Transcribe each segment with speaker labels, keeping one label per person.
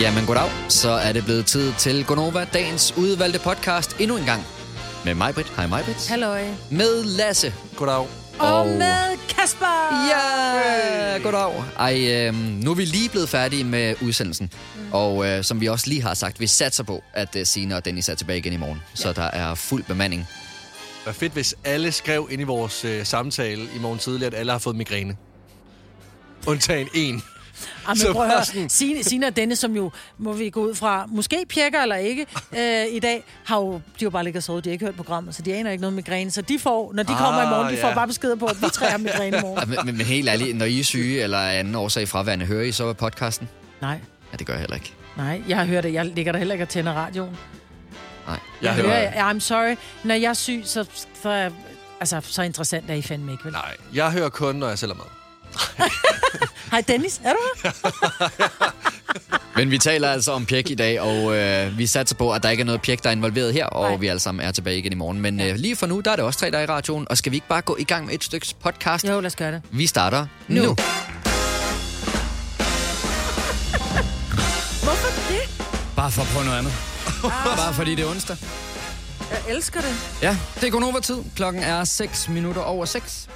Speaker 1: Jamen goddag, så er det blevet tid til Gonova, dagens udvalgte podcast endnu en gang. Med mig, Britt. Hej, mig, Britt.
Speaker 2: Halløj.
Speaker 1: Med Lasse.
Speaker 3: Goddag.
Speaker 2: Og, og med Kasper.
Speaker 1: Ja, goddag. Ej, øh, nu er vi lige blevet færdige med udsendelsen. Mm. Og øh, som vi også lige har sagt, vi satser på, at øh, Sina og Dennis er tilbage igen i morgen. Ja. Så der er fuld bemanding.
Speaker 3: Det var fedt, hvis alle skrev ind i vores øh, samtale i morgen tidlig, at alle har fået migræne. Undtagen en.
Speaker 2: Ej, men prøv at høre. Signe, Signe og Dennis, som jo, må vi gå ud fra, måske pjekker eller ikke, øh, i dag, har jo, de har jo bare ligget og sovet. De har ikke hørt programmet, så de aner ikke noget migræne. Så de får, når de kommer i morgen, de får
Speaker 3: Ah, ja.
Speaker 2: bare beskeder på, at vi tre har migræne
Speaker 1: Ej,
Speaker 2: i morgen.
Speaker 1: Men, men, men helt ærligt, når I er syge eller af anden årsag fraværende, hører I så podcasten?
Speaker 2: Nej,
Speaker 1: Ja, det gør jeg heller ikke.
Speaker 2: nej, jeg har hørt det. Jeg ligger der heller ikke og tænder radioen.
Speaker 1: Nej.
Speaker 3: Jeg
Speaker 2: Hører
Speaker 3: hører.
Speaker 2: jeg, I'm sorry. Når jeg er syg, så, så, er- altså, så interessant er I fandme ikke, vel?
Speaker 3: Nej, jeg hører kun, når jeg sælger mad.
Speaker 2: Hej Dennis, er du her?
Speaker 1: Men vi taler altså om pjek i dag, og øh, vi satser på, at der ikke er noget pjek, der er involveret her, og
Speaker 2: Nej.
Speaker 1: vi alle sammen er tilbage igen i morgen. Men øh, lige for nu, der er det også tre, der er i radioen, og skal vi ikke bare gå i gang med et stykke podcast?
Speaker 2: Jo, lad os gøre det.
Speaker 1: Vi starter nu. nu.
Speaker 2: Nu. Hvorfor det?
Speaker 1: Bare for på noget andet.
Speaker 2: Ah.
Speaker 1: bare fordi det er onsdag.
Speaker 2: Jeg elsker det.
Speaker 1: Ja, det er Gonova-tid. Klokken er 6 minutter over 6.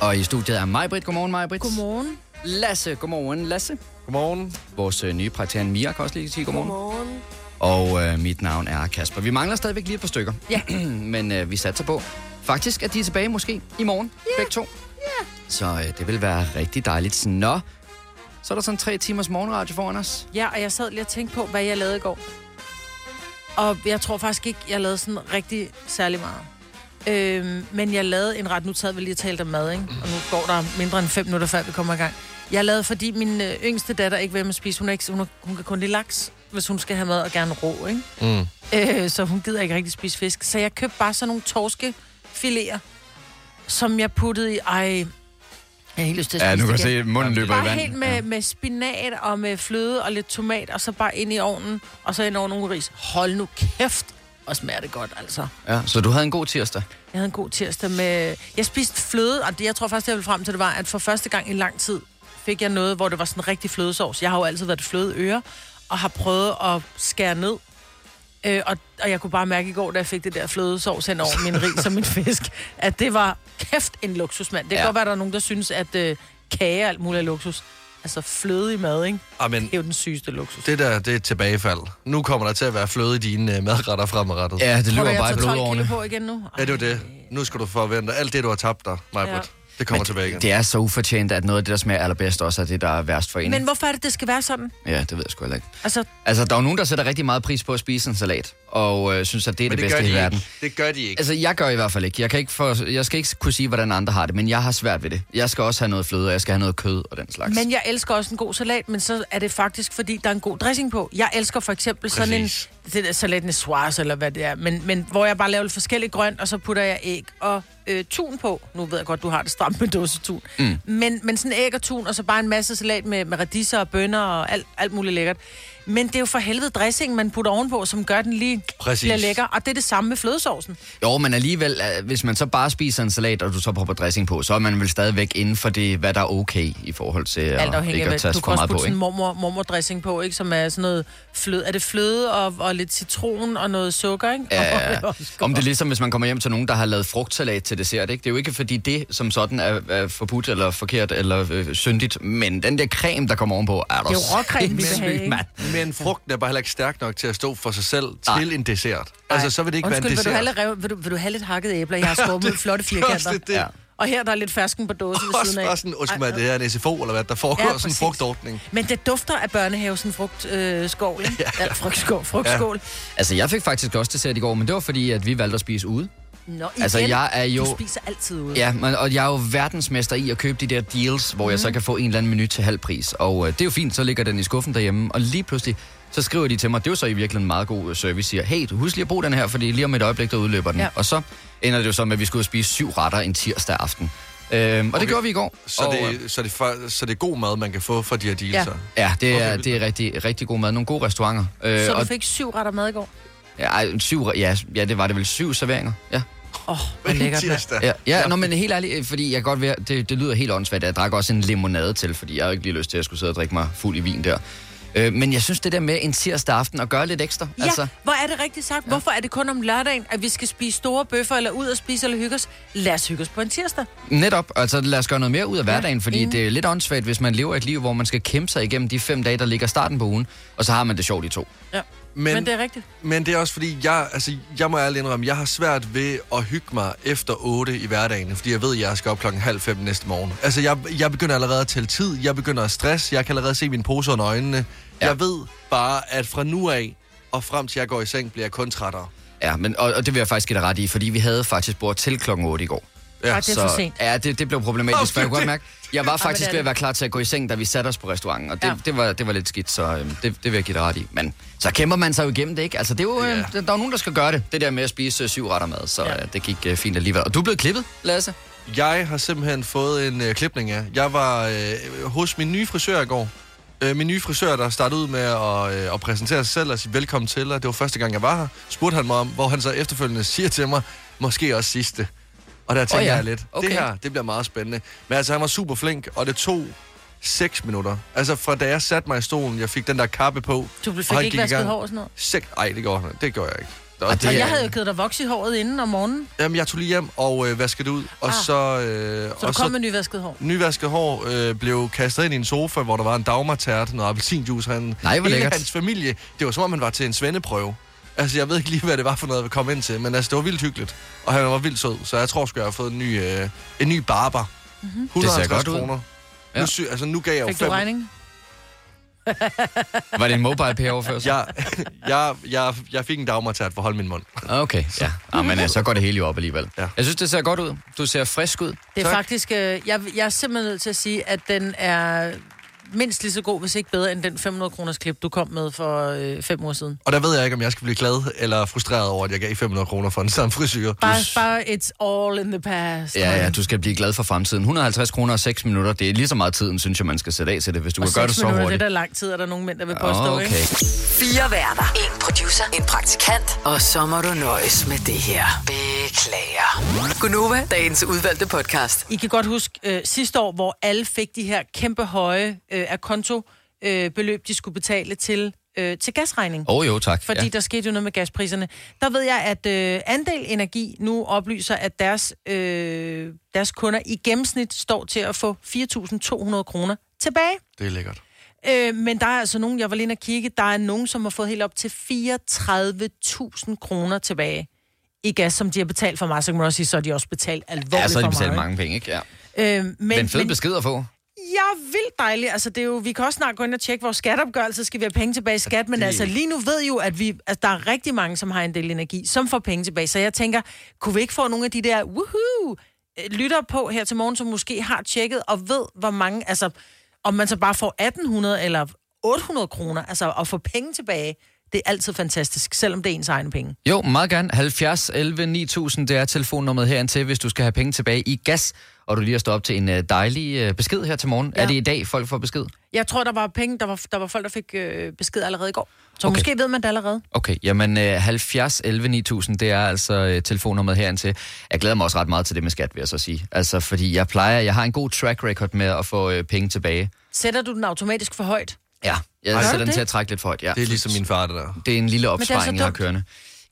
Speaker 1: Og i studiet er Majbrit. Godmorgen, Majbrit.
Speaker 2: Godmorgen.
Speaker 1: Lasse. Godmorgen, Lasse.
Speaker 3: Godmorgen.
Speaker 1: Vores øh, nye praktikant Mia kan også lige sige godmorgen. godmorgen. Og øh, mit navn er Kasper. Vi mangler stadigvæk lige et par stykker.
Speaker 2: Ja.
Speaker 1: Men øh, vi satser på. Faktisk er de tilbage måske i morgen. Yeah. Begge to. Yeah. Så øh, det vil være rigtig dejligt. Nå, så er der sådan tre timers morgenradio foran os.
Speaker 2: Ja, og jeg sad lige og tænkte på, hvad jeg lavede i går. Og jeg tror faktisk ikke, jeg lavede sådan rigtig særlig meget. Øhm, men jeg lavede en ret, nu sad vi lige og talte om mad, ikke? og nu går der mindre end 5 minutter, før vi kommer i gang. Jeg lavede, fordi min øh, yngste datter ikke vil med at spise, hun, er ikke, hun, er, hun kan kun lide laks, hvis hun skal have mad og gerne rå, ikke?
Speaker 3: Mm.
Speaker 2: Øh, så hun gider ikke rigtig spise fisk. Så jeg købte bare sådan nogle torskefiléer, som jeg puttede i... Ej, jeg har helt lyst til at spise det igen.
Speaker 1: munden løber
Speaker 2: Bare helt med, ja. med spinat og med fløde og lidt tomat, og så bare ind i ovnen, og så ind over nogle ris. Hold nu kæft, og smager det godt, altså.
Speaker 1: Ja, så du havde en god tirsdag.
Speaker 2: Jeg havde en god tirsdag med... Jeg spiste fløde, og det, jeg tror faktisk, jeg ville frem til, det var, at for første gang i lang tid fik jeg noget, hvor det var sådan rigtig flødesovs. Jeg har jo altid været fløde øre, og har prøvet at skære ned. Øh, og, og, jeg kunne bare mærke i går, da jeg fik det der flødesovs hen over min ris og min fisk, at det var kæft en luksusmand. Det kan
Speaker 1: Ja.
Speaker 2: ja. godt være, at der er nogen, der synes, at øh, kage og alt muligt er luksus. Altså fløde i mad, ikke?
Speaker 3: Ah, men
Speaker 2: Det er jo den sygeste luksus.
Speaker 3: det der, det er et tilbagefald. Nu kommer der til at være fløde i dine øh, madretter fremadrettet.
Speaker 1: Ja, det
Speaker 2: Tror du,
Speaker 1: løber
Speaker 2: jeg
Speaker 1: bare i
Speaker 2: tager 12 kilo
Speaker 1: blodårene.
Speaker 2: på igen nu?
Speaker 3: Ja, det var det. Nu skal du forvente alt det, du har tabt dig, Majbrit.
Speaker 2: Ja.
Speaker 3: Det kommer tilbage igen.
Speaker 1: Det er så ufortjent, at noget af det, der smager allerbedst, også er det, der er værst for en.
Speaker 2: Men
Speaker 1: Men...
Speaker 2: hvorfor er det, det skal være sådan?
Speaker 1: Ja, det ved jeg sgu heller ikke.
Speaker 2: Altså,
Speaker 1: Altså, der er jo nogen, der sætter rigtig meget pris på at spise en salat, og øh, synes, at det er
Speaker 3: Men
Speaker 1: det,
Speaker 3: det,
Speaker 1: det
Speaker 3: gør
Speaker 1: bedste
Speaker 3: de
Speaker 1: i
Speaker 3: ikke.
Speaker 1: verden.
Speaker 3: Det gør de ikke.
Speaker 1: Altså, jeg gør i hvert fald ikke. Jeg, kan ikke for, jeg skal ikke kunne sige, hvordan andre har det, men jeg har svært ved det. Jeg skal også have noget fløde, og jeg skal have noget kød og den slags.
Speaker 2: Men jeg elsker også en god salat, men så er det faktisk, fordi der er en god dressing på. Jeg elsker for eksempel sådan en
Speaker 3: Præcis.
Speaker 2: det der salat niçoise, eller hvad det er, men, men hvor jeg bare laver lidt forskellige grønt, og så putter jeg æg og øh, tun på. Nu ved jeg godt, du har det stramt med dåsetun. Mm. Men, men sådan æg og tun, og så bare en masse salat med, med radiser og bønner og alt, alt muligt lækkert. Men det er jo for helvede dressing, man putter ovenpå, som gør den lige
Speaker 3: Præcis.
Speaker 2: bliver lækker. Og det er det samme med flødesovsen.
Speaker 1: Jo, men alligevel, øh, hvis man så bare spiser en salat, og du så prøver dressing på, så er man vel stadigvæk inden for det, hvad der er okay i forhold til
Speaker 2: Alt
Speaker 1: at,
Speaker 2: afhængig
Speaker 1: ikke
Speaker 2: af,
Speaker 1: at
Speaker 2: hvad
Speaker 1: tage
Speaker 2: du
Speaker 1: for
Speaker 2: kan også
Speaker 1: meget
Speaker 2: putte
Speaker 1: på.
Speaker 2: sådan
Speaker 1: Ikke?
Speaker 2: mormor, mormordressing på, ikke? Som er sådan noget fløde. Er det fløde og, og lidt citron og noget sukker, ikke?
Speaker 1: Ja, ja.
Speaker 2: Og- og-
Speaker 1: Om det er ligesom, hvis man kommer hjem til nogen, der har lavet frugtsalat til dessert, ikke? Det er jo ikke, fordi det som sådan er, er forbudt eller forkert eller øh, syndigt, men den der creme, der kommer ovenpå, er der
Speaker 2: Det er jo råcreme, vi vil
Speaker 1: sindssygt,
Speaker 2: have, ikke?
Speaker 1: mand.
Speaker 3: Men frugten er bare heller ikke stærk nok til at stå for sig selv
Speaker 1: Nej.
Speaker 3: til en dessert. Altså, så vil det ikke
Speaker 2: Undskyld,
Speaker 3: være en
Speaker 2: vil du,
Speaker 3: dessert.
Speaker 2: have lidt, rev- vil, du, vil du have lidt hakket æbler? Jeg har skåret med flotte firkanter.
Speaker 3: Også det, det.
Speaker 1: Ja.
Speaker 3: Ja.
Speaker 2: Og her der er lidt fersken på dåsen ved
Speaker 3: Også
Speaker 2: siden af.
Speaker 3: bare sådan, undskyld mig, det her er en SFO, eller hvad, der foregår
Speaker 2: Ja,
Speaker 3: ja, sådan en
Speaker 2: præcis.
Speaker 3: frugtordning.
Speaker 2: Men det dufter af børnehave, sådan frugt, øh, skål, ikke? Ja, ja. frugtskål, frugtskål.
Speaker 1: Altså, jeg fik faktisk også dessert i går, men det var fordi, at vi valgte at spise ude.
Speaker 2: Nå, igen,
Speaker 1: Altså, jeg er jo-
Speaker 2: Du spiser altid ude.
Speaker 1: Ja, men, og jeg er jo verdensmester i at købe de der deals, hvor mm. jeg så kan få en eller anden menu til halv pris. Og øh, det er jo fint, så ligger den i skuffen derhjemme, og lige pludselig, så skriver de til mig, det er jo så i virkeligheden meget god øh, service, siger, hey, du husk lige at bruge den her, fordi lige om et øjeblik, der udløber den. Ja.
Speaker 2: Ja.
Speaker 1: Og så ender det jo så med, at vi skulle ud og spise syv retter en tirsdag aften. Øhm, og okay. det gjorde vi i går.
Speaker 3: Så,
Speaker 1: og, øh,
Speaker 3: det, så, det for, så det er god mad, man kan få fra de her dealser.
Speaker 2: Ja.
Speaker 3: Ja.
Speaker 1: Ja, det er,
Speaker 3: Okay.
Speaker 1: det er rigtig, rigtig god mad. Nogle gode restauranter. Øh,
Speaker 2: Så du
Speaker 1: og,
Speaker 2: fik syv retter mad i går?
Speaker 1: ja, ej, syv, ja, ja, det var det vel syv serveringer. Ja.
Speaker 2: Åh, oh, hvor lækkert. mand.
Speaker 3: tirsdag.
Speaker 1: Ja, ja, ja. Nå, men helt ærligt, øh, fordi jeg kan godt være, det, det lyder helt åndssvagt, at jeg drak også en limonade til, fordi jeg har jo ikke lige lyst til, at jeg skulle sidde og drikke mig fuld i vin der. Øh, men jeg synes, det der med en tirsdag aften at gøre lidt ekstra,
Speaker 2: Ja, altså, hvor er det rigtigt sagt? Ja. Hvorfor er det kun om lørdagen, at vi skal spise store bøffer, eller ud og spise, eller hygge os? Lad os hygge os på en tirsdag.
Speaker 1: Netop, altså lad os gøre noget mere ud af hverdagen, fordi
Speaker 2: enig.
Speaker 1: det er lidt åndssvagt, hvis man lever et liv, hvor man skal kæmpe sig igennem de fem dage, der ligger starten på ugen, og så har man det sjovt i to.
Speaker 2: Ja.
Speaker 3: Men-
Speaker 2: Men, Men det er rigtigt.
Speaker 3: Men det er også fordi, jeg, altså, jeg må ærligt indrømme, jeg har svært ved at hygge mig efter 8 i hverdagen, fordi jeg ved, at jeg skal op klokken halv fem næste morgen. Altså, jeg, jeg begynder allerede at tælle tid, jeg begynder at stresse, jeg kan allerede se mine poser under øjnene. Ja. Jeg ved bare, at fra nu af og frem til jeg går i seng, bliver jeg kun trættere.
Speaker 1: Ja, men, og, og det vil jeg faktisk give dig ret i, fordi vi havde faktisk bord til klokken 8 i går.
Speaker 3: Ja,
Speaker 2: Ej, det er for sent.
Speaker 1: ja, det, det blev problematisk, for jeg kunne godt mærke, jeg var
Speaker 2: det
Speaker 1: faktisk
Speaker 2: er
Speaker 1: ved at
Speaker 2: det.
Speaker 1: være klar til at gå i seng, da vi satte os på restauranten, og det,
Speaker 2: Ja.
Speaker 1: det, var, det var lidt skidt, så øhm, det, det vil jeg give dig ret i. Men så kæmper man sig jo igennem det, ikke? Altså, det er jo, øh,
Speaker 3: Ja.
Speaker 1: der er jo nogen, der skal gøre det, det der med at spise øh, syv retter mad, så
Speaker 2: Ja.
Speaker 1: øh, det gik øh, fint alligevel. Og du er blevet klippet, Lasse?
Speaker 3: Jeg har simpelthen fået en øh, klipning af. Jeg var øh, hos min nye frisør i går. Øh, min nye frisør, der startede ud med at, øh, at præsentere sig selv og sige velkommen til, og det var første gang, jeg var her, spurgte han mig om, hvor han så efterfølgende siger til mig, måske også sidste. Og der tænker
Speaker 1: ja.
Speaker 3: jeg lidt,
Speaker 1: Okay.
Speaker 3: det her, det bliver meget spændende. Men altså, han var super flink, og det tog 6 minutter. Altså, fra da jeg satte mig i stolen, jeg fik den der kappe på.
Speaker 2: Du fik
Speaker 3: og han
Speaker 2: ikke
Speaker 3: gik i
Speaker 2: vasket
Speaker 3: gang.
Speaker 2: hår og sådan noget.
Speaker 3: Sek- Ej, det gjorde han. Det gjorde jeg ikke.
Speaker 1: Ej,
Speaker 3: det,
Speaker 1: det
Speaker 2: Og
Speaker 1: er-
Speaker 2: jeg havde jo givet dig voks i håret inden om morgenen,
Speaker 3: Jamen, jeg tog lige hjem og øh, vaskede det ud, og
Speaker 2: Ah.
Speaker 3: så... Øh,
Speaker 2: så du
Speaker 3: og
Speaker 2: kom med nyvasket hår.
Speaker 3: nyvasket hår øh, blev kastet ind i en sofa, hvor der var en dagmartært, noget appelsinjuice. Han,
Speaker 1: Nej, hvor
Speaker 3: hele
Speaker 1: lækkert.
Speaker 3: hans familie, det var som om, han var til en svendeprøve. Altså, jeg ved ikke lige, hvad det var for noget, vi kom ind til, men altså, det var vildt hyggeligt. Og han var vildt sød, så jeg tror sgu, jeg har fået en ny, øh, en ny barber. Mm-hmm.
Speaker 1: Mhm. ser
Speaker 3: 150
Speaker 1: godt ud.
Speaker 3: kroner.
Speaker 1: Ja.
Speaker 3: Ja. Nu, sy- altså, nu gav jeg jo
Speaker 2: Fik
Speaker 3: fem...
Speaker 2: du regning?
Speaker 1: Var det en mobile pay overførsel?
Speaker 3: Jeg, jeg, jeg, jeg fik en dagmartært for at holde min mund.
Speaker 1: Okay, ja. Ah, men øh, så går det hele jo op alligevel. Ja.
Speaker 3: Ja.
Speaker 1: Jeg synes, det ser godt ud. Du ser frisk ud.
Speaker 2: Det er
Speaker 3: Tak.
Speaker 2: faktisk... Øh, jeg, jeg er simpelthen nødt til at sige, at den er mindst lige så god, hvis ikke bedre, end den 500 kroners klip, du kom med for øh, fem år siden.
Speaker 3: Og der ved jeg ikke, om jeg skal blive glad eller frustreret over, at jeg gav 500 kroner for en samme frisyr.
Speaker 2: Bare, bare it's all in the past.
Speaker 1: Ja, ja, du skal blive glad for fremtiden. 150 kroner og 6 minutter, det er lige så meget tiden, synes jeg, man skal sætte af til det, hvis du
Speaker 2: Og
Speaker 1: kan gøre det
Speaker 2: seks
Speaker 1: så
Speaker 2: minutter,
Speaker 1: hurtigt.
Speaker 2: Det er der lang tid, er der nogen mænd, der vil påstå,
Speaker 1: Åh,
Speaker 2: ikke?
Speaker 1: okay.
Speaker 4: Fire værter. En producer. En praktikant. Og så må du nøjes med det her. Beklager. Gunova, dagens udvalgte podcast.
Speaker 2: I kan godt huske øh, sidste år, hvor alle fik de her kæmpe høje øh, af konto øh, beløb, de skulle betale til, øh, til gasregning.
Speaker 1: Åh oh, jo, tak.
Speaker 2: Fordi ja.
Speaker 1: ja.
Speaker 2: der skete jo noget med gaspriserne. Der ved jeg, at øh, Andel Energi nu oplyser, at deres, øh, deres kunder i gennemsnit står til at få 4.200 kroner tilbage.
Speaker 3: Det er lækkert.
Speaker 2: Øh, men der er altså nogen, jeg var lige inde og kigge, der er nogen, som har fået helt op til 34.000 kroner tilbage i gas, som de har betalt for mig. Så kan man også sige, så har de også betalt alvorligt
Speaker 1: Ja, så har de
Speaker 2: for
Speaker 1: betalt
Speaker 2: meget.
Speaker 1: mange penge, ikke? Ja.
Speaker 2: Øh, men,
Speaker 1: Men
Speaker 2: men,
Speaker 1: fed
Speaker 2: men
Speaker 1: besked at få.
Speaker 2: jeg er vildt dejlig. Altså, det er jo, vi kan også snart gå ind og tjekke vores skatopgørelse, skal vi have penge tilbage i skat, men altså lige nu ved I jo, at vi, altså, der er rigtig mange, som har en del energi, som får penge tilbage. Så jeg tænker, kunne vi ikke få nogle af de der woohoo øh, lytter på her til morgen, som måske har tjekket og ved, hvor mange, altså om man så bare får 1800 eller 800 kroner, altså at få penge tilbage, det er altid fantastisk, selvom det er ens egne penge.
Speaker 1: Jo, meget gerne. 70 11 9000, det er telefonnummeret herind til, hvis du skal have penge tilbage i gas, og du lige har stået op til en øh, dejlig øh, besked her til morgen. Ja.
Speaker 2: Ja.
Speaker 1: Er det i dag, folk får besked?
Speaker 2: Jeg tror, der var penge, der var, der var folk, der fik øh, besked allerede i går. Så
Speaker 1: Okay.
Speaker 2: okay. måske ved man det allerede.
Speaker 1: Okay, jamen øh, 70 11 9000, det er altså øh, telefonnummeret herind til. Jeg glæder mig også ret meget til det med skat, vil jeg så sige. Altså, fordi jeg plejer, jeg har en god track record med at få øh, penge tilbage.
Speaker 2: Sætter du den automatisk for højt?
Speaker 1: Ja, jeg
Speaker 2: Gør
Speaker 1: sætter
Speaker 2: du
Speaker 1: den
Speaker 2: det?
Speaker 1: til at trække lidt for højt, ja.
Speaker 3: Det er ligesom min far, det der.
Speaker 1: det er en lille
Speaker 2: det er så
Speaker 1: opsparing, jeg har
Speaker 2: dumt.
Speaker 1: kørende.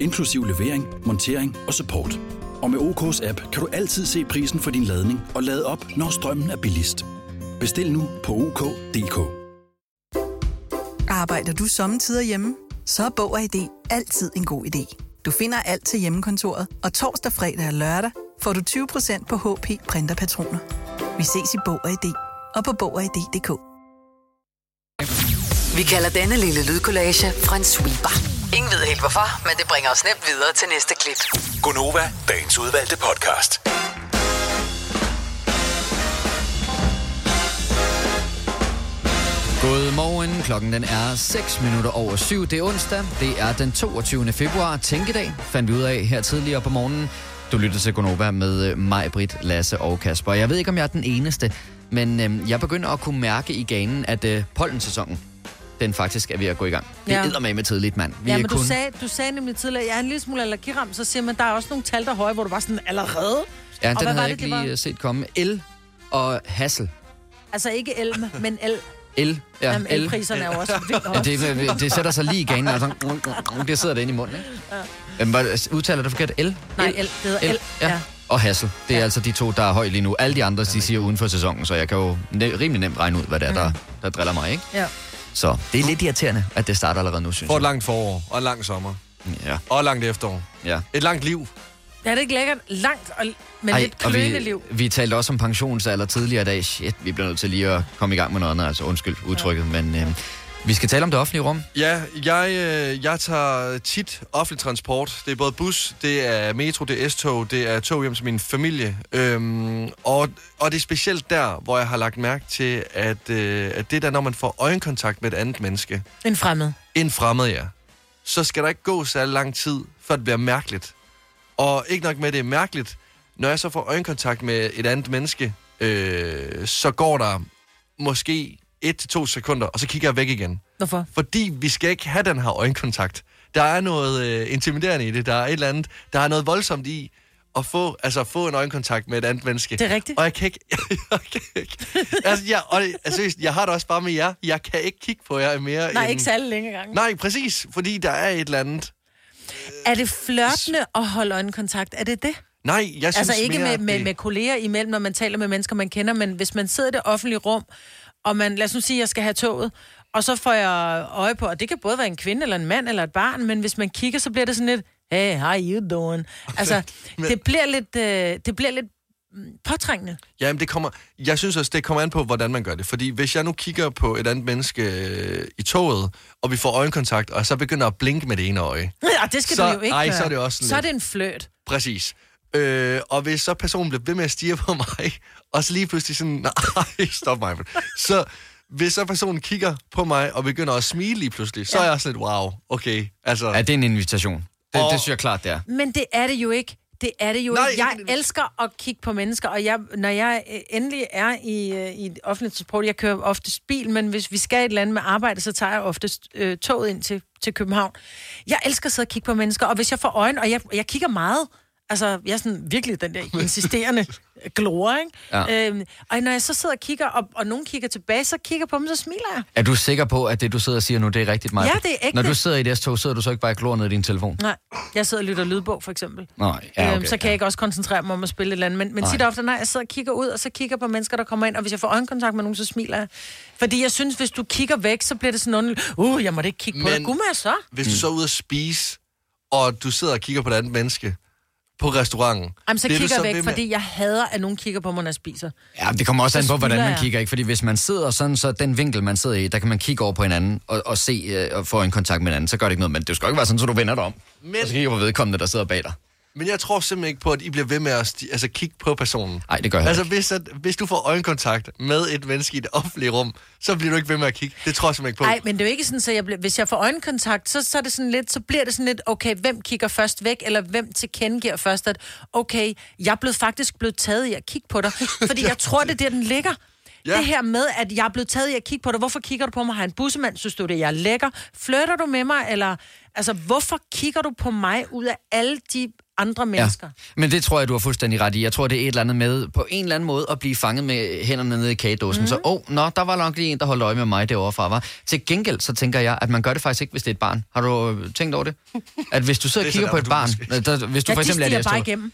Speaker 5: inklusiv levering, montering og support. Og med OK's app kan du altid se prisen for din ladning og lade op, når strømmen er billigst. Bestil nu på OK.dk.
Speaker 6: Arbejder du sommetider hjemme? Så er Bog og ID altid en god idé. Du finder alt til hjemmekontoret, og torsdag, fredag og lørdag får du 20% på HP Printerpatroner. Vi ses i Bog og ID og på Bog og ID.dk.
Speaker 4: Vi kalder denne lille lydkollage en sweeper. Ingen ved helt hvorfor, men det bringer os nemt videre til næste klip.
Speaker 7: Gonova, dagens udvalgte podcast.
Speaker 1: Godmorgen. Klokken den er 6 minutter over 7. Det er onsdag. Det er den 22. februar. Tænkedag fandt vi ud af her tidligere på morgenen. Du lytter til Gonova med øh, mig, Britt, Lasse og Kasper. Jeg ved ikke, om jeg er den eneste, men øhm, jeg begynder at kunne mærke i ganen, at øh, pollensæsonen, den faktisk er ved at gå i gang. Det
Speaker 2: Ja.
Speaker 1: er ja. med tidligt, mand. Vi
Speaker 2: Ja,
Speaker 1: er
Speaker 2: men du sagde, du sagde nemlig tidligere, at jeg er en lille smule allergiram, så siger man, der er også nogle tal, der er høje, hvor du var sådan allerede.
Speaker 1: ja,
Speaker 2: Og
Speaker 1: den
Speaker 2: hvad
Speaker 1: havde
Speaker 2: var
Speaker 1: jeg
Speaker 2: det,
Speaker 1: ikke
Speaker 2: det
Speaker 1: lige
Speaker 2: var?
Speaker 1: øh, set komme. El og Hassel.
Speaker 2: Altså ikke elm, men el.
Speaker 1: El. Ja,
Speaker 2: Jamen,
Speaker 1: el.
Speaker 2: elpriserne er jo også vildt
Speaker 1: Ja,
Speaker 2: høje.
Speaker 1: det, det sætter sig lige i ganen, og sådan, det sidder det inde i munden, ikke? Jamen, hvad- udtaler du forkert? El?
Speaker 2: Nej, el. Det hedder el.
Speaker 1: Ja.
Speaker 2: Ja.
Speaker 1: Og Hassel. Det er altså de to, der er høj lige nu. Alle de andre, de siger uden for sæsonen, så jeg kan jo ne- rimelig nemt regne ud, hvad det er,
Speaker 2: Mm.
Speaker 1: der, der driller mig, ikke?
Speaker 2: ja.
Speaker 1: Så det er lidt irriterende, at det starter allerede nu, synes
Speaker 3: Får et
Speaker 1: jeg.
Speaker 3: langt forår, og en lang sommer,
Speaker 1: Ja,
Speaker 3: og et langt efterår.
Speaker 1: ja.
Speaker 3: Et langt liv.
Speaker 2: Er det ikke lækkert? Langt, og, men Ej, lidt
Speaker 1: og
Speaker 2: kløende
Speaker 1: vi,
Speaker 2: liv.
Speaker 1: vi talte også om pensionsalder tidligere i dag. Shit, vi bliver nødt til lige at komme i gang med noget andet, altså undskyld udtrykket, ja. men... Øh, Vi skal tale om det offentlige rum.
Speaker 3: Ja, jeg, øh, jeg tager tit offentlig transport. Det er både bus, det er metro, det er S-tog, det er tog hjem til min familie. Øhm, og, og det er specielt der, hvor jeg har lagt mærke til, at, øh, at det der, når man får øjenkontakt med et andet menneske,
Speaker 2: En fremmed.
Speaker 3: en fremmed jer, så skal der ikke gå særlig lang tid, før det bliver mærkeligt. Og ikke nok med, at det er mærkeligt, når jeg så får øjenkontakt med et andet menneske, øh, så går der måske 1-2 sekunder, og så kigger jeg væk igen.
Speaker 2: Hvorfor?
Speaker 3: Fordi vi skal ikke have den her øjenkontakt. Der er noget øh, intimiderende i det, der er et eller andet, der er noget voldsomt i at få, altså, få en øjenkontakt med et andet menneske.
Speaker 2: Det er rigtigt.
Speaker 3: Og jeg kan ikke... Jeg kan ikke altså, jeg, og, det- altså, seriøst, jeg har det også bare med jer. Jeg kan ikke kigge på jer mere
Speaker 2: Nej,
Speaker 3: end...
Speaker 2: ikke særlig længe gang.
Speaker 3: Nej, præcis, fordi der er et eller andet.
Speaker 2: Er det flørtende at holde øjenkontakt? Er det det?
Speaker 3: Nej, jeg synes
Speaker 2: altså ikke
Speaker 3: mere,
Speaker 2: med,
Speaker 3: at
Speaker 2: med,
Speaker 3: det-
Speaker 2: med kolleger imellem, når man taler med mennesker, man kender, men hvis man sidder i det offentlige rum, og man, lad os nu sige, at jeg skal have toget, og så får jeg øje på, og det kan både være en kvinde, eller en mand, eller et barn, men hvis man kigger, så bliver det sådan lidt, hey, how you doing? Altså,
Speaker 3: Men-
Speaker 2: det bliver lidt, øh, det bliver lidt mm, påtrængende.
Speaker 3: Jamen, det kommer... Jeg synes også, det kommer an på, hvordan man gør det. Fordi hvis jeg nu kigger på et andet menneske øh, i toget, og vi får øjenkontakt, og så begynder at blinke med det ene øje.
Speaker 2: Ja, det skal
Speaker 3: Så-
Speaker 2: du jo ikke
Speaker 3: ej,
Speaker 2: gøre.
Speaker 3: så er det også sådan
Speaker 2: Så er
Speaker 3: lidt-
Speaker 2: det en flørt.
Speaker 3: Præcis. Øh, og hvis så personen bliver ved med at stige på mig, og så lige pludselig sådan, nej, stop mig. Så hvis så personen kigger på mig og begynder at smile lige pludselig, så er jeg også lidt, wow, okay. Altså,
Speaker 1: Ja, det er en invitation. Det,
Speaker 3: Og-
Speaker 1: det synes jeg klart, det er.
Speaker 2: Men det er det jo ikke. Det er det jo
Speaker 3: Nej,
Speaker 2: Nej, ikke. Jeg
Speaker 3: ikke det.
Speaker 2: elsker at kigge på mennesker, og jeg, når jeg øh, endelig er i, øh, i offentlig transport, jeg kører oftest bil, men hvis vi skal et eller andet med arbejde, så tager jeg oftest øh, toget ind til, til København. Jeg elsker at sidde og kigge på mennesker, og hvis jeg får øjne, og jeg, jeg kigger meget, altså jeg er sådan virkelig den der insisterende glor, ikke?
Speaker 1: Ja.
Speaker 2: Ja. Øhm, og når jeg så sidder og kigger, og, og nogen kigger tilbage, så kigger jeg på dem, så smiler jeg.
Speaker 1: Er du sikker på, at det, du sidder og siger nu, det er rigtigt, Maja?
Speaker 2: Ja, det er ægte.
Speaker 1: Når du sidder i et S-tog, sidder du så ikke bare og glor ned i din telefon?
Speaker 2: Nej, jeg sidder og lytter lydbog, for eksempel.
Speaker 1: Nej,
Speaker 2: Ja, okay, Øhm, så kan ja. jeg ikke også koncentrere mig om at spille et eller andet. Men, men
Speaker 1: Nej.
Speaker 2: tit og ofte, nej, jeg sidder og kigger ud, og så kigger jeg på mennesker, der kommer ind, og hvis jeg får øjenkontakt med nogen, så smiler jeg. Fordi jeg synes, hvis du kigger væk, så bliver det sådan underligt. Uh, jeg måtte ikke kigge men... på
Speaker 3: Men-
Speaker 2: dig. Gud, må jeg så?
Speaker 3: hvis du så er ude at spise, og du sidder og kigger på et andet menneske på restauranten.
Speaker 2: Jamen, så
Speaker 3: bliver du
Speaker 2: kigger jeg
Speaker 3: ved
Speaker 2: væk,
Speaker 3: med-
Speaker 2: fordi jeg hader, at nogen kigger på mig, når jeg spiser.
Speaker 1: Ja, det kommer også an
Speaker 2: Så
Speaker 1: på, hvordan
Speaker 2: smiler
Speaker 1: man
Speaker 2: jeg.
Speaker 1: kigger, ikke? Fordi hvis man sidder sådan, så den vinkel, man sidder i, der kan man kigge over på hinanden og, og se øh, og få en kontakt med hinanden, så gør det ikke noget. Men det skal ikke være sådan, så du vender dig om. Men...
Speaker 3: Men-
Speaker 1: Og så kigger på vedkommende, der sidder bag dig.
Speaker 3: Men jeg tror simpelthen ikke på, at I bliver ved med at sti- altså, kigge på personen.
Speaker 1: Nej, det gør jeg
Speaker 3: Altså, hvis, at, hvis du får øjenkontakt med et menneske i det offentlige rum, så bliver du ikke ved med at kigge. Det tror jeg simpelthen ikke på.
Speaker 2: Nej, men det er jo ikke sådan, så jeg bliver, hvis jeg får øjenkontakt, så, så, er det sådan lidt, så bliver det sådan lidt, okay, hvem kigger først væk, eller hvem tilkendegiver først, at okay, jeg er blevet faktisk blevet taget i at kigge på dig, fordi jeg tror, det er der, den ligger. Ja.
Speaker 3: Ja.
Speaker 2: Det her med, at jeg er blevet taget i at kigge på dig, hvorfor kigger du på mig? Har jeg en bussemand? Synes du, det jeg er lækker? Flytter du med mig? Eller, altså, hvorfor kigger du på mig ud af alle de andre mennesker? Ja.
Speaker 1: Men det tror jeg, du har fuldstændig ret i. Jeg tror, det er et eller andet med på en eller anden måde at blive fanget med hænderne nede i kagedåsen. Mm.
Speaker 2: Mhm.
Speaker 1: Så, åh, oh, nå, der var nok lige en, der holdt øje med mig derovre fra, var. Til gengæld, så tænker jeg, at man gør det faktisk ikke, hvis det er et barn. Har du øh, tænkt over det? At hvis du sidder og
Speaker 3: Det er
Speaker 1: kigger
Speaker 3: så
Speaker 1: på
Speaker 3: der,
Speaker 1: et
Speaker 3: hvor
Speaker 1: barn,
Speaker 3: du
Speaker 1: øh, der, hvis du
Speaker 2: Ja,
Speaker 1: for
Speaker 2: de
Speaker 1: eksempel er
Speaker 2: stiger
Speaker 1: det
Speaker 2: bare igennem.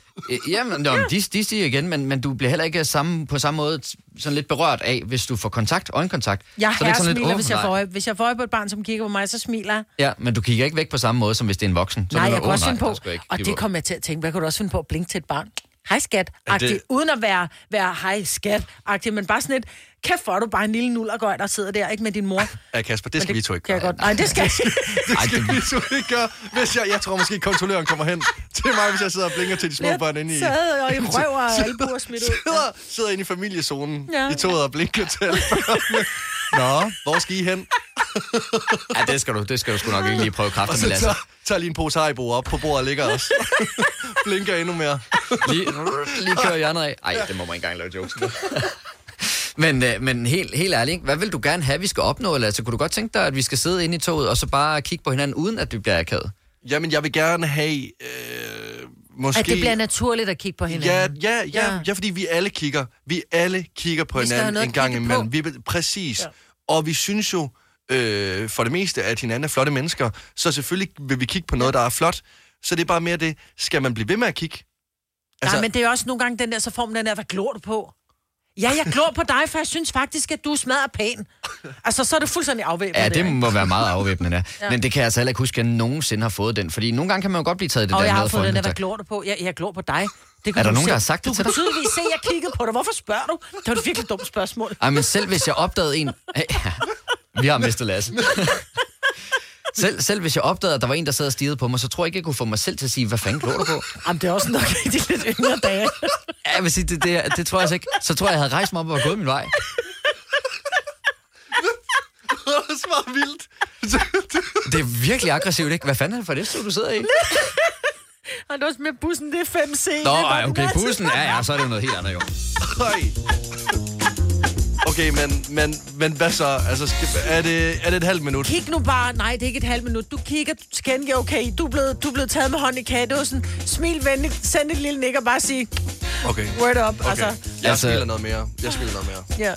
Speaker 1: Jamen, nå, de, de stiger igen, men, men du bliver heller ikke samme, på samme måde sådan lidt berørt af, hvis du får kontakt, øjenkontakt.
Speaker 2: Jeg
Speaker 1: er det ikke
Speaker 2: herre smiler,
Speaker 1: åh,
Speaker 2: hvis jeg,
Speaker 1: nej.
Speaker 2: får øje, hvis jeg får øje på et barn, som kigger på mig, så smiler jeg.
Speaker 1: Ja, men du kigger ikke væk på samme måde, som hvis det er en voksen.
Speaker 2: nej,
Speaker 1: er det
Speaker 2: jeg
Speaker 1: noget,
Speaker 2: kunne
Speaker 1: åh,
Speaker 2: også finde
Speaker 1: nej, der
Speaker 2: på,
Speaker 1: skal jeg ikke
Speaker 2: og
Speaker 1: kigge
Speaker 2: det
Speaker 1: på.
Speaker 2: kom jeg til at tænke, hvad kunne du også finde på at blinke til et barn? Hej skat, agtig, det...
Speaker 3: det-
Speaker 2: uden at være, være hej skat, agtig, men bare sådan et, kæft for du bare en lille nullergøj, der sidder der, ikke med din mor.
Speaker 3: Ja, Kasper, det skal
Speaker 2: Men
Speaker 3: vi to ikke
Speaker 2: kan jeg
Speaker 3: gøre.
Speaker 2: godt. Nej, det skal jeg ikke.
Speaker 1: Ej, det,
Speaker 3: Det skal vi to ikke gøre. Hvis jeg, jeg tror måske, kontrolløren kommer hen til mig, hvis jeg sidder og blinker til de små børn inde i...
Speaker 2: Sad og i røv og albuer smidt ud.
Speaker 3: Sidder, sidder inde i familiezonen
Speaker 2: Ja.
Speaker 3: ja. i toget og blinker til alle børnene. Nå, hvor skal I hen?
Speaker 1: ja, det skal du, det skal du sgu nok ikke lige prøve
Speaker 3: Og
Speaker 1: kræfter med,
Speaker 3: så
Speaker 1: Lasse.
Speaker 3: tager, tager lige en pose Haribo op på bordet og ligger også. blinker endnu mere.
Speaker 1: lige, lige kører hjørnet af. Ej, det må man ikke engang lave jokes med. Men, øh, men helt, helt ærligt, ikke? hvad vil du gerne have, vi skal opnå? Eller, altså, kunne du godt tænke dig, at vi skal sidde inde i toget, og så bare kigge på hinanden, uden at vi bliver akavet?
Speaker 3: Jamen, jeg vil gerne have... Øh, måske...
Speaker 2: At det bliver naturligt at kigge på
Speaker 3: Ja,
Speaker 2: hinanden.
Speaker 3: ja, ja,
Speaker 2: Ja.
Speaker 3: ja, ja, fordi vi alle kigger. Vi alle kigger på
Speaker 2: Vi skal have
Speaker 3: hinanden
Speaker 2: noget
Speaker 3: en
Speaker 2: at
Speaker 3: gang
Speaker 2: kigge
Speaker 3: imellem.
Speaker 2: på.
Speaker 3: Vi, vil- præcis. Ja. Og vi synes jo øh, for det meste, at hinanden er flotte mennesker, så selvfølgelig vil vi kigge på noget, der er flot. Så det er bare mere det, skal man blive ved med at kigge?
Speaker 1: altså-
Speaker 2: Nej, men det er også nogle gange den der, så form den der, hvad glor du på? Ja, jeg glor på dig, for jeg synes faktisk, at du smadrer pæn. Altså, så er det fuldstændig afvæbnet.
Speaker 1: Ja,
Speaker 2: der,
Speaker 1: det
Speaker 2: ikke?
Speaker 1: må være meget afvæbnende. ja. Men det kan jeg altså heller ikke huske, at jeg nogensinde har fået den. Fordi nogle gange kan man jo godt blive taget i det
Speaker 2: Og
Speaker 1: der
Speaker 2: jeg
Speaker 1: med
Speaker 2: har
Speaker 1: at få
Speaker 2: fået den der, hvad
Speaker 1: øjenkontakt.
Speaker 2: glor du på? Jeg, jeg glor på dig. Det kunne
Speaker 1: Er der
Speaker 2: du
Speaker 1: nogen,
Speaker 2: se.
Speaker 1: der har sagt det
Speaker 2: du
Speaker 1: til
Speaker 2: kunne
Speaker 1: dig?
Speaker 2: tydeligvis se, at jeg kiggede på dig. Hvorfor spørger du? Det var et virkelig dumt spørgsmål.
Speaker 1: Ej, men selv hvis jeg opdagede en... Ej, ja. Vi har mistet Lasse. selv, selv hvis jeg opdagede, at der var en, der sad og stirrede på mig, så tror jeg ikke, jeg kunne få mig selv til at sige, hvad fanden glor du på?
Speaker 2: Jamen, det er også nok i de lidt yngre dage.
Speaker 1: Ja, jeg vil sige, det, det, det tror jeg altså ikke. Så tror jeg, jeg havde rejst mig op og var gået min vej.
Speaker 3: det var også meget vildt.
Speaker 1: Det er virkelig aggressivt, ikke? Hvad fanden er det for det, stue, du sidder i?
Speaker 2: Og det er også med bussen, det er 5C.
Speaker 1: Nå,
Speaker 2: Det er bare
Speaker 1: ej, okay,
Speaker 2: den der-
Speaker 1: bussen, ja, ja, så er det jo noget helt andet, jo.
Speaker 3: Høj. Okay, men, men, men hvad så? Altså, skal, er, det, er det et halvt minut?
Speaker 2: Kig nu bare. Nej, det er ikke et halvt minut. Du kigger, du skænker, okay, du er, blevet, du er blevet taget med hånd i kagedåsen. Smil venligt, send et lille nik og bare sige,
Speaker 3: Okay.
Speaker 2: word up. Okay. Altså,
Speaker 3: Okay. Jeg
Speaker 1: Altså-
Speaker 3: spiller noget mere. Jeg spiller noget mere.
Speaker 2: ja.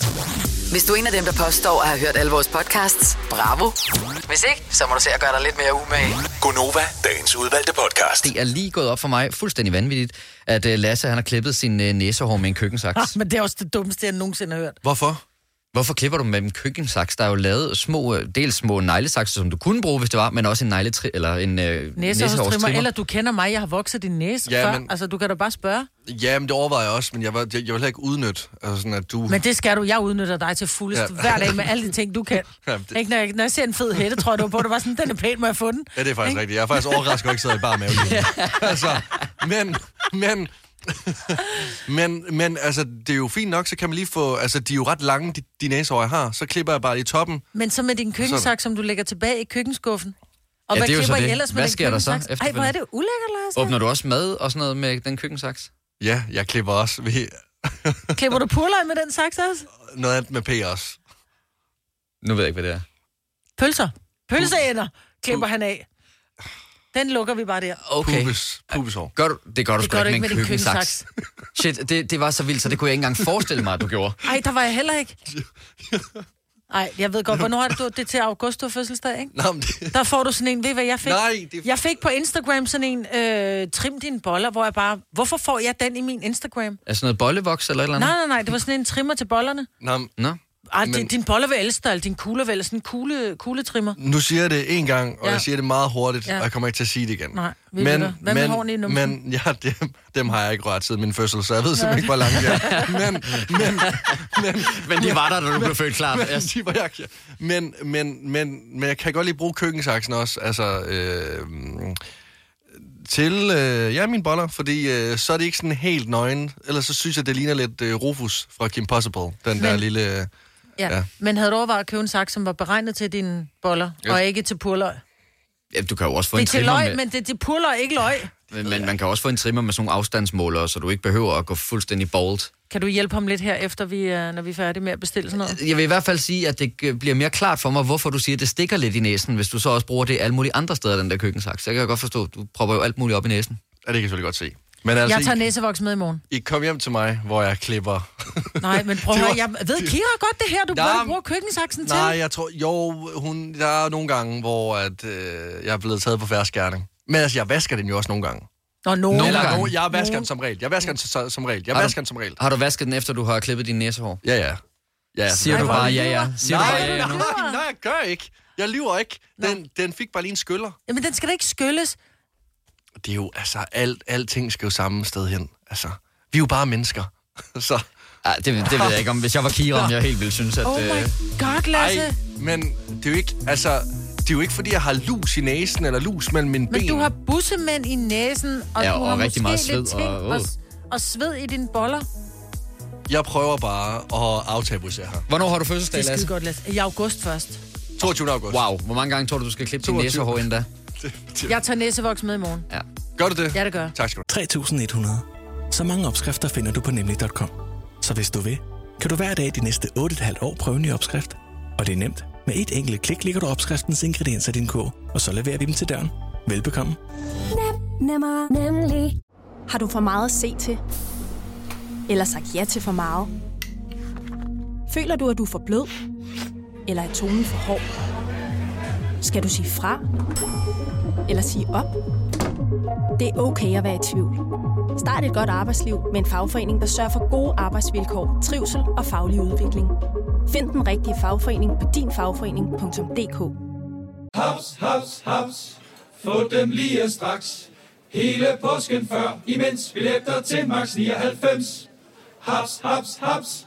Speaker 4: Hvis du er en af dem, der påstår at have hørt alle vores podcasts, bravo. Hvis ikke, så må du se at gøre dig lidt mere umage.
Speaker 7: Gonova, dagens udvalgte podcast.
Speaker 1: Det er lige gået op for mig, fuldstændig vanvittigt, at øh, Lasse, han har klippet sin øh, næsehår med en
Speaker 2: Ah,
Speaker 1: køkkensaks.
Speaker 2: Men det er også det dummeste, jeg nogensinde har hørt.
Speaker 3: Hvorfor?
Speaker 1: Hvorfor klipper du med en køkkensaks? Der er jo lavet små, øh, dels små neglesakser, som du kunne bruge, hvis det var, men også en negletri eller en øh,
Speaker 2: Næsehårstrimmer,
Speaker 1: næsehårstrimmer.
Speaker 2: eller du kender mig, jeg har vokset din næse ja,
Speaker 3: Ja,
Speaker 2: før. Men...
Speaker 3: men-
Speaker 2: Altså, du kan da bare spørge.
Speaker 3: Ja, men det overvejer jeg også, men jeg, var, jeg, jeg vil heller ikke udnytte, altså sådan at du...
Speaker 2: Men det skal du. Jeg udnytter dig til fuldest ja.
Speaker 3: Ja.
Speaker 2: hver dag med alle de ting, du kan.
Speaker 3: Jamen, det-
Speaker 2: Ikke, når, jeg, når jeg ser en fed hætte, tror jeg, du var på, det var sådan, den er pæn, må jeg få den?
Speaker 3: Ja, det er faktisk rigtigt. Jeg er faktisk overrasket, at jeg ikke sidder i bare mave lige nu. altså, men, men, men, men, altså, det er jo fint nok, så kan man lige få, altså, de er jo ret lange, de, de næsehår, jeg har. Så klipper jeg bare lige toppen.
Speaker 2: Men så med din køkkensak, som du lægger tilbage i køkkenskuffen. Og
Speaker 1: Ja,
Speaker 2: hvad
Speaker 1: det er jo så
Speaker 2: klipper I
Speaker 1: det.
Speaker 2: ellers med
Speaker 1: Hvad
Speaker 2: den
Speaker 1: sker der så
Speaker 2: køkkensaks? Ej, hvor er det ulækkert, Lars.
Speaker 1: Åbner du også mad og sådan noget med den køkkensaks?
Speaker 3: Ja, jeg klipper også ved
Speaker 2: Klipper du purløg med den saks også?
Speaker 3: noget andet med P også.
Speaker 1: Nu ved jeg ikke, hvad det er.
Speaker 2: Pølser. Pølseænder klipper han af. Den lukker vi bare der.
Speaker 1: Okay.
Speaker 3: Pubis, pubishår.
Speaker 1: Gør du, det gør du
Speaker 2: Det
Speaker 1: sgu
Speaker 2: gør du
Speaker 1: ikke
Speaker 2: ikke
Speaker 1: med en
Speaker 2: med din
Speaker 1: køkkensaks. Shit, det, det var så vildt, så det kunne jeg ikke engang forestille mig, at du gjorde.
Speaker 2: Ej, der var jeg heller ikke. Ej, jeg ved godt, hvornår er det, du, det er til august, du har fødselsdag, ikke?
Speaker 3: Nå, men det,
Speaker 2: Der får du sådan en, ved I, hvad jeg fik?
Speaker 3: Nej, det-
Speaker 2: Jeg fik på Instagram sådan en, øh, trim dine boller, hvor jeg bare, hvorfor får jeg den i min Instagram?
Speaker 1: Er sådan Altså noget bollevoks eller et eller andet?
Speaker 2: Nej, nej, nej, det var sådan en trimmer til bollerne.
Speaker 3: nå, men-
Speaker 1: Nå?
Speaker 2: Ej, din,
Speaker 3: Men-
Speaker 2: din boller vil elstørre, din kugle vil sådan en kugle, kugletrimmer.
Speaker 3: nu siger jeg det en gang, og
Speaker 2: Ja.
Speaker 3: ja. jeg siger det meget hurtigt,
Speaker 2: Ja.
Speaker 3: ja. og jeg kommer ikke til at sige det igen.
Speaker 2: Nej, vi ved det. Hvad med hårene i numsen?
Speaker 3: men ja, dem, dem har jeg ikke rørt siden min fødsel, så jeg ved simpelthen ikke, hvor langt jeg er. Men, men, men,
Speaker 1: Men det var der, da du blev født Altså, klart.
Speaker 3: Men, de var jeg- men, men, men, men jeg kan godt lige bruge køkkensaksen også, altså, øh, til, øh, ja, mine boller, fordi øh, så er det ikke sådan helt nøgen, ellers så synes jeg, det ligner lidt øh, Rufus fra Kim Possible, den men. der lille, øh,
Speaker 2: Ja. ja.
Speaker 3: Ja.
Speaker 2: Men havde du overvejet at købe en saks, som var beregnet til dine boller, ja. og ikke til purløg?
Speaker 1: Ja, du kan jo også få
Speaker 2: Det er
Speaker 1: en
Speaker 2: til
Speaker 1: trimmer
Speaker 2: løg,
Speaker 1: med,
Speaker 2: men det er til purløg, ikke løg.
Speaker 1: men, men man kan også få en trimmer med sådan nogle afstandsmålere, så du ikke behøver at gå fuldstændig bold.
Speaker 2: Kan du hjælpe ham lidt her, efter vi, øh, når vi er færdige med at bestille sådan noget?
Speaker 1: Jeg vil i hvert fald sige, at det øh, bliver mere klart for mig, hvorfor du siger, at det stikker lidt i næsen, hvis du så også bruger det alle mulige andre steder, den der køkkensaks. Så jeg kan godt forstå, at du propper jo alt muligt op i næsen.
Speaker 3: ja, det kan jeg selvfølgelig godt se. Men altså,
Speaker 2: Jeg tager
Speaker 3: I,
Speaker 2: næsevoks med i morgen.
Speaker 3: I kom hjem til mig, hvor jeg klipper.
Speaker 2: Nej, men prøv at
Speaker 3: Det
Speaker 2: høre,
Speaker 3: var-
Speaker 2: jeg ved Kira godt det her, du
Speaker 3: Nå,
Speaker 2: burde
Speaker 3: men-
Speaker 2: bruge køkkensaksen til.
Speaker 3: Nej, jeg tror, jo, hun, der er nogle gange, hvor at, øh, jeg er blevet taget på færdskærning. Men altså, jeg vasker den jo også nogle gange.
Speaker 2: Nå, nogen.
Speaker 1: Nogle
Speaker 3: Eller,
Speaker 1: gange.
Speaker 3: nogen- jeg vasker den som regel. Jeg vasker den så- som regel. Jeg
Speaker 1: Har du-
Speaker 3: vasker den som regel.
Speaker 1: Har du vasket den, efter du har klippet din næsehår?
Speaker 3: Ja, ja. ja altså, ja,
Speaker 1: Siger
Speaker 3: sådan
Speaker 1: du
Speaker 3: er det
Speaker 1: bare ja, ja? Siger du
Speaker 3: Nej,
Speaker 1: bare ja, ja nu?
Speaker 2: lyver.
Speaker 3: nej, nej, jeg gør ikke. Jeg lyver ikke. Den, den fik bare lige en skyller.
Speaker 2: Jamen, den skal da ikke skylles.
Speaker 3: Det er jo, altså, alt, alting skal jo samme sted hen. Altså, vi er jo bare mennesker. Så,
Speaker 1: Ej, det, det ved jeg ikke om. Hvis jeg var Kira, om jeg helt ville synes, at...
Speaker 2: Oh my
Speaker 1: øh,
Speaker 2: god,
Speaker 3: ej,
Speaker 2: Lasse.
Speaker 3: men det er jo ikke, altså, det er jo ikke, fordi jeg har lus i næsen eller lus mellem mine
Speaker 2: Men
Speaker 3: ben.
Speaker 2: du har bussemænd i næsen, og
Speaker 1: Ja,
Speaker 2: du
Speaker 1: og
Speaker 2: har
Speaker 1: rigtig
Speaker 2: måske
Speaker 1: meget sved
Speaker 2: lidt ting
Speaker 1: og-
Speaker 2: og,
Speaker 1: åh.
Speaker 2: og, og sved i dine boller.
Speaker 3: Jeg prøver bare at aftabuisere her.
Speaker 1: Hvornår har du fødselsdag,
Speaker 2: Det er
Speaker 1: Lasse?
Speaker 2: skide godt, Lasse. I august først.
Speaker 3: 22. august.
Speaker 1: Wow, hvor mange gange tror du, du skal klippe din
Speaker 3: 22.
Speaker 1: næsehår inden da?
Speaker 2: Jeg tager næsevoks med i morgen.
Speaker 1: Ja.
Speaker 3: Gør du det?
Speaker 2: Ja, det gør jeg.
Speaker 3: Tak skal du
Speaker 5: 3100. Så mange opskrifter finder du på nemlig.com. Så hvis du vil, kan du hver dag de næste 8,5 år prøve en ny opskrift. Og det er nemt. Med et enkelt klik ligger du opskriftens ingredienser i din kog, og så leverer vi dem til døren. Velbekomme.
Speaker 8: Nemmer, nemlig. Har du for meget at se til? Eller sagt ja til for meget? Føler du, at du er for blød? Eller er tonen for hård? Skal du sige fra? Eller sige op? Det er okay at være i tvivl. Start et godt arbejdsliv med en fagforening, der sørger for gode arbejdsvilkår, trivsel og faglig udvikling. Find den rigtige fagforening på dinfagforening.dk.
Speaker 9: Haps, haps, haps. Få dem lige straks. Hele påsken før, imens vi læfter til max 99. Haps, haps, haps.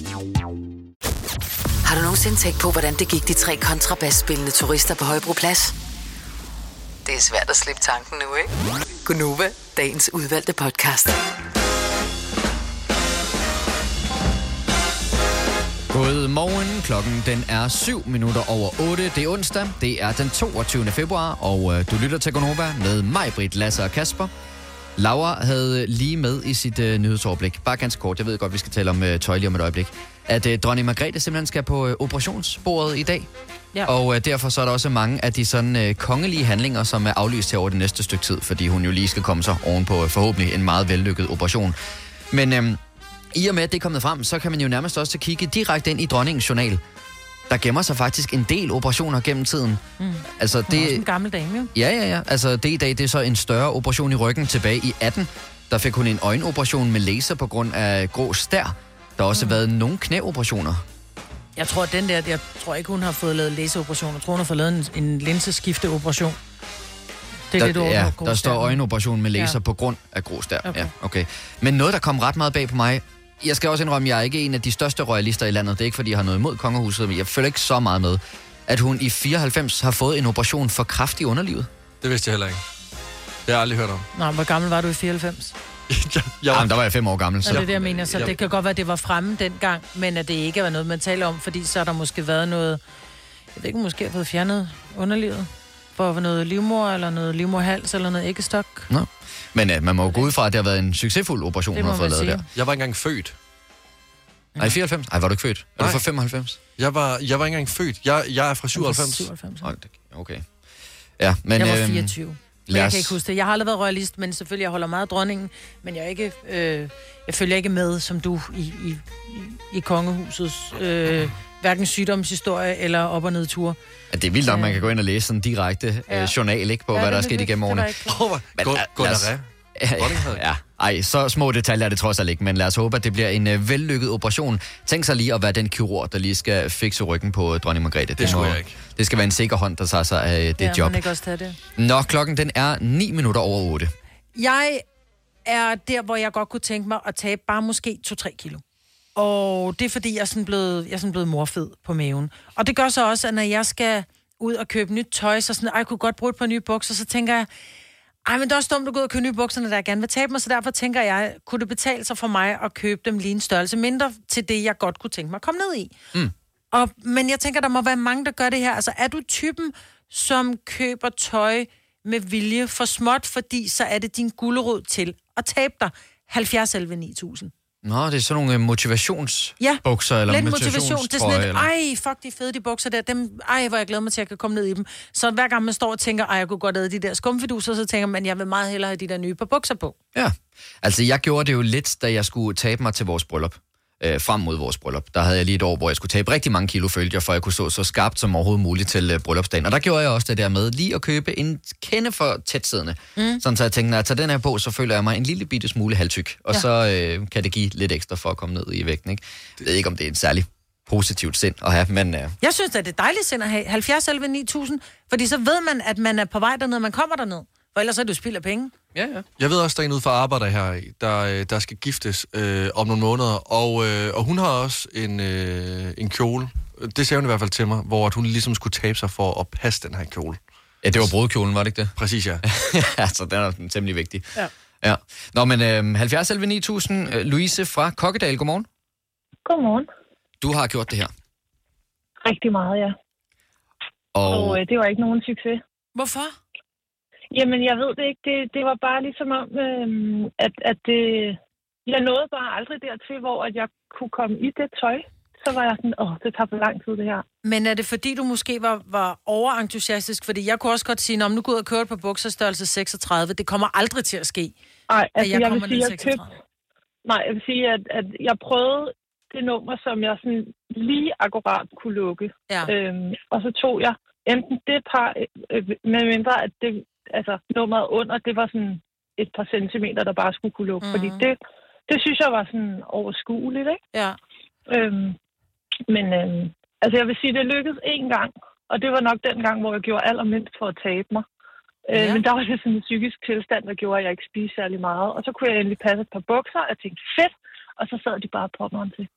Speaker 4: Har du nogensinde tænkt på, hvordan det gik de tre kontrabasspillende turister på Højbroplads? Det er svært at slippe tanken nu, ikke? Gunova, dagens udvalgte podcast.
Speaker 1: Godmorgen, klokken den er 7 minutter over 8. Det er onsdag, det er den 22. februar, og øh, du lytter til Gonova med mig, Britt, Lasse og Kasper. Laura havde øh, lige med i sit øh, nyhedsoverblik, bare ganske kort, jeg ved godt, vi skal tale om øh, tøj lige om et øjeblik, at øh, dronning Margrethe simpelthen skal på øh, operationsbordet i dag.
Speaker 2: Ja.
Speaker 1: Og øh, derfor så er der også mange af de sådan øh, kongelige handlinger, som er aflyst her over det næste stykke tid, fordi hun jo lige skal komme sig ovenpå øh, forhåbentlig en meget vellykket operation. Men øh, i og med, at det er kommet frem, så kan man jo nærmest også kigge direkte ind i dronningens journal. Der gemmer sig faktisk en del operationer gennem tiden.
Speaker 2: Mm.
Speaker 1: Altså,
Speaker 2: Hun er også
Speaker 1: det,
Speaker 2: en gammel dame, jo.
Speaker 1: Ja, ja, ja. Altså, det i dag, det er så en større operation i ryggen tilbage i 18. Der fik hun en øjenoperation med laser på grund af grå stær. Der har også mm. været nogle knæoperationer.
Speaker 2: Jeg tror, den der, jeg tror ikke, hun har fået lavet læseoperation. Jeg tror, hun har fået lavet en, en linseskifteoperation. Det er det, du
Speaker 1: der, ja, der står øjenoperation med laser ja. på grund af grå stær. Okay. Ja, okay. Men noget, der kom ret meget bag på mig, jeg skal også indrømme, at jeg er ikke en af de største royalister i landet. Det er ikke, fordi jeg har noget imod kongehuset, men jeg følger ikke så meget med. At hun i 94 har fået en operation for kraft i underlivet.
Speaker 3: Det vidste jeg heller ikke. Det har jeg aldrig hørt om.
Speaker 2: Nej, hvor gammel var du i 94?
Speaker 1: Jeg var... Jamen, der var jeg fem år gammel.
Speaker 2: Så det er det, jeg mener. Så
Speaker 1: Ja.
Speaker 2: det kan godt være, at det var fremme dengang, men at det ikke var noget, man taler om, fordi så har der måske været noget... Jeg ved ikke, måske har fået fjernet underlivet for noget livmor, eller noget livmorhals, eller noget æggestok.
Speaker 1: Nå. Men øh, man må jo gå ud fra, at det har været en succesfuld operation,
Speaker 2: Det
Speaker 1: hun
Speaker 2: må
Speaker 1: har fået
Speaker 2: man
Speaker 1: lavet
Speaker 2: sige.
Speaker 1: der.
Speaker 3: Jeg var ikke engang født.
Speaker 1: Nej, 94? Nej, var du ikke født? Er du
Speaker 3: Nej.
Speaker 1: fra 95?
Speaker 3: Jeg var, jeg var ikke engang født. Jeg, jeg er fra 97.
Speaker 2: 97.
Speaker 1: Hold da- Okay. Ja, men...
Speaker 2: jeg var
Speaker 1: øhm,
Speaker 2: 24. Øhm, men
Speaker 1: lad
Speaker 2: jeg
Speaker 1: os-
Speaker 2: kan ikke huske det. Jeg har aldrig været royalist, men selvfølgelig, jeg holder meget af dronningen, men jeg, er ikke, øh, jeg følger ikke med, som du, i, i, i- i kongehusets øh, hverken sygdomshistorie eller op- og nedture.
Speaker 1: Ja, det er vildt nok, man kan gå ind og læse sådan direkte ja.
Speaker 2: Ja.
Speaker 1: øh, journal, ikke? På,
Speaker 2: Ja,
Speaker 1: ja, hvad
Speaker 2: det
Speaker 1: der er
Speaker 2: er
Speaker 1: sket
Speaker 2: lidt-
Speaker 1: igennem
Speaker 2: det var
Speaker 1: årene.
Speaker 2: ikke klar. Åh,
Speaker 1: Men,
Speaker 3: Gu-
Speaker 1: øh,
Speaker 3: Gunnar
Speaker 1: lad os-
Speaker 3: Ræ.
Speaker 1: Ja, ej, så små detaljer er det trods alt ikke, men lad os håbe, at det bliver en øh, vellykket operation. Tænk sig lige at være den kirurg, der lige skal fikse ryggen på øh, dronning Margrethe. Det,
Speaker 2: skulle
Speaker 1: må-
Speaker 2: jeg ikke.
Speaker 1: Det skal være en sikker hånd, der tager sig af øh, det
Speaker 2: ja,
Speaker 1: job.
Speaker 2: Man ikke også tage det.
Speaker 1: Nå, klokken den er 9 minutter over 8.
Speaker 2: Jeg er der, hvor jeg godt kunne tænke mig at tabe bare måske 2-3 kilo. Og det er, fordi jeg er, sådan blevet, jeg er sådan blevet morfed på maven. Og det gør så også, at når jeg skal ud og købe nyt tøj, så sådan, "Ej, jeg kunne godt bruge et par nye bukser, så tænker jeg, ej, men det er også dumt at gå ud og købe nye bukser, når jeg gerne vil tabe mig, så derfor tænker jeg, kunne det betale sig for mig at købe dem lige en størrelse mindre til det, jeg godt kunne tænke mig at komme ned i?
Speaker 10: Mm.
Speaker 2: Og, men jeg tænker, der må være mange, der gør det her. Altså, er du typen, som køber tøj med vilje for småt, fordi så er det din gulerod til at tabe dig 70 11 9000?
Speaker 1: Nå, det er sådan nogle øh, motivationsbukser,
Speaker 2: Ja,
Speaker 1: eller
Speaker 2: lidt motivation. Det er sådan
Speaker 1: motivationstrøje,
Speaker 2: lidt,
Speaker 1: eller-
Speaker 2: ej, fuck, de er fede, de bukser der. Dem, ej, hvor jeg glæder mig til, at jeg kan komme ned i dem. Så hver gang man står og tænker, ej, jeg kunne godt have de der skumfiduser, så tænker man, jeg vil meget hellere have de der nye par bukser på.
Speaker 1: Ja, altså jeg gjorde det jo lidt, da jeg skulle tabe mig til vores bryllup. Øh, frem mod vores bryllup. Der havde jeg lige et år, hvor jeg skulle tabe rigtig mange kilo, følte jeg, for at jeg kunne stå så skarpt som overhovedet muligt til øh, bryllupsdagen. Og der gjorde jeg også det der med lige at købe en kende for tætsiddende. Mm. Sådan så jeg tænkte, når jeg tager den her på, så føler jeg mig en lille bitte smule halvtyk. Og
Speaker 2: Ja.
Speaker 1: ja. så øh, kan det give lidt ekstra for at komme ned i vægten. Ikke? Jeg ved ikke, om det er en særlig positivt sind at have, men... Øh,
Speaker 2: Jeg synes, at det er dejligt sind at have 70 11 9000, fordi så ved man, at man er på vej derned, og man kommer derned. For ellers er det jo spild af penge.
Speaker 1: Ja, ja.
Speaker 3: Jeg ved også, der er en ude for arbejder her, der, øh, der skal giftes øh, om nogle måneder, og, øh, og hun har også en, øh, en kjole. Det sagde hun i hvert fald til mig, hvor at hun ligesom skulle tabe sig for at passe den her kjole.
Speaker 1: Ja, det var brudkjolen, var det ikke det?
Speaker 3: Præcis, ja.
Speaker 1: altså, den er temmelig vigtig.
Speaker 2: Ja.
Speaker 1: ja. Nå, men øh, 70 11 9000, øh, Louise fra Kokkedal, godmorgen.
Speaker 11: Godmorgen.
Speaker 1: Du har gjort det her.
Speaker 11: Rigtig meget, ja.
Speaker 1: Og,
Speaker 11: Og øh, det var ikke nogen succes.
Speaker 2: Hvorfor?
Speaker 11: Jamen, jeg ved det ikke. Det, det var bare ligesom om, øh, at, at det, jeg nåede bare aldrig dertil, hvor at jeg kunne komme i det tøj. Så var jeg sådan, åh, det tager for lang tid, det her.
Speaker 2: Men er det fordi, du måske var, var overentusiastisk? Fordi jeg kunne også godt sige, om nu går jeg ud og kører på bukserstørrelse 36. Det kommer aldrig til at ske.
Speaker 11: Nej, altså, jeg, jeg vil
Speaker 2: kommer ned
Speaker 11: sige,
Speaker 2: i
Speaker 11: jeg købte... Nej, jeg vil sige, at, at jeg prøvede det nummer, som jeg sådan lige akkurat kunne lukke.
Speaker 2: Ja.
Speaker 11: Øhm, og så tog jeg enten det par, øh, med mindre at det, altså nummeret under, det var sådan et par centimeter, der bare skulle kunne lukke. Mm. Fordi det, det synes jeg var sådan overskueligt, ikke?
Speaker 2: Ja.
Speaker 11: Øhm, men øhm, altså jeg vil sige, det lykkedes én gang, og det var nok den gang, hvor jeg gjorde allermindst for at tabe mig. Øh,
Speaker 2: Ja.
Speaker 11: Men der var det sådan en psykisk tilstand, der gjorde, at jeg ikke spiste særlig meget. Og så kunne jeg endelig passe et par bukser, og jeg tænkte, fedt! Og så sad de bare på mig til.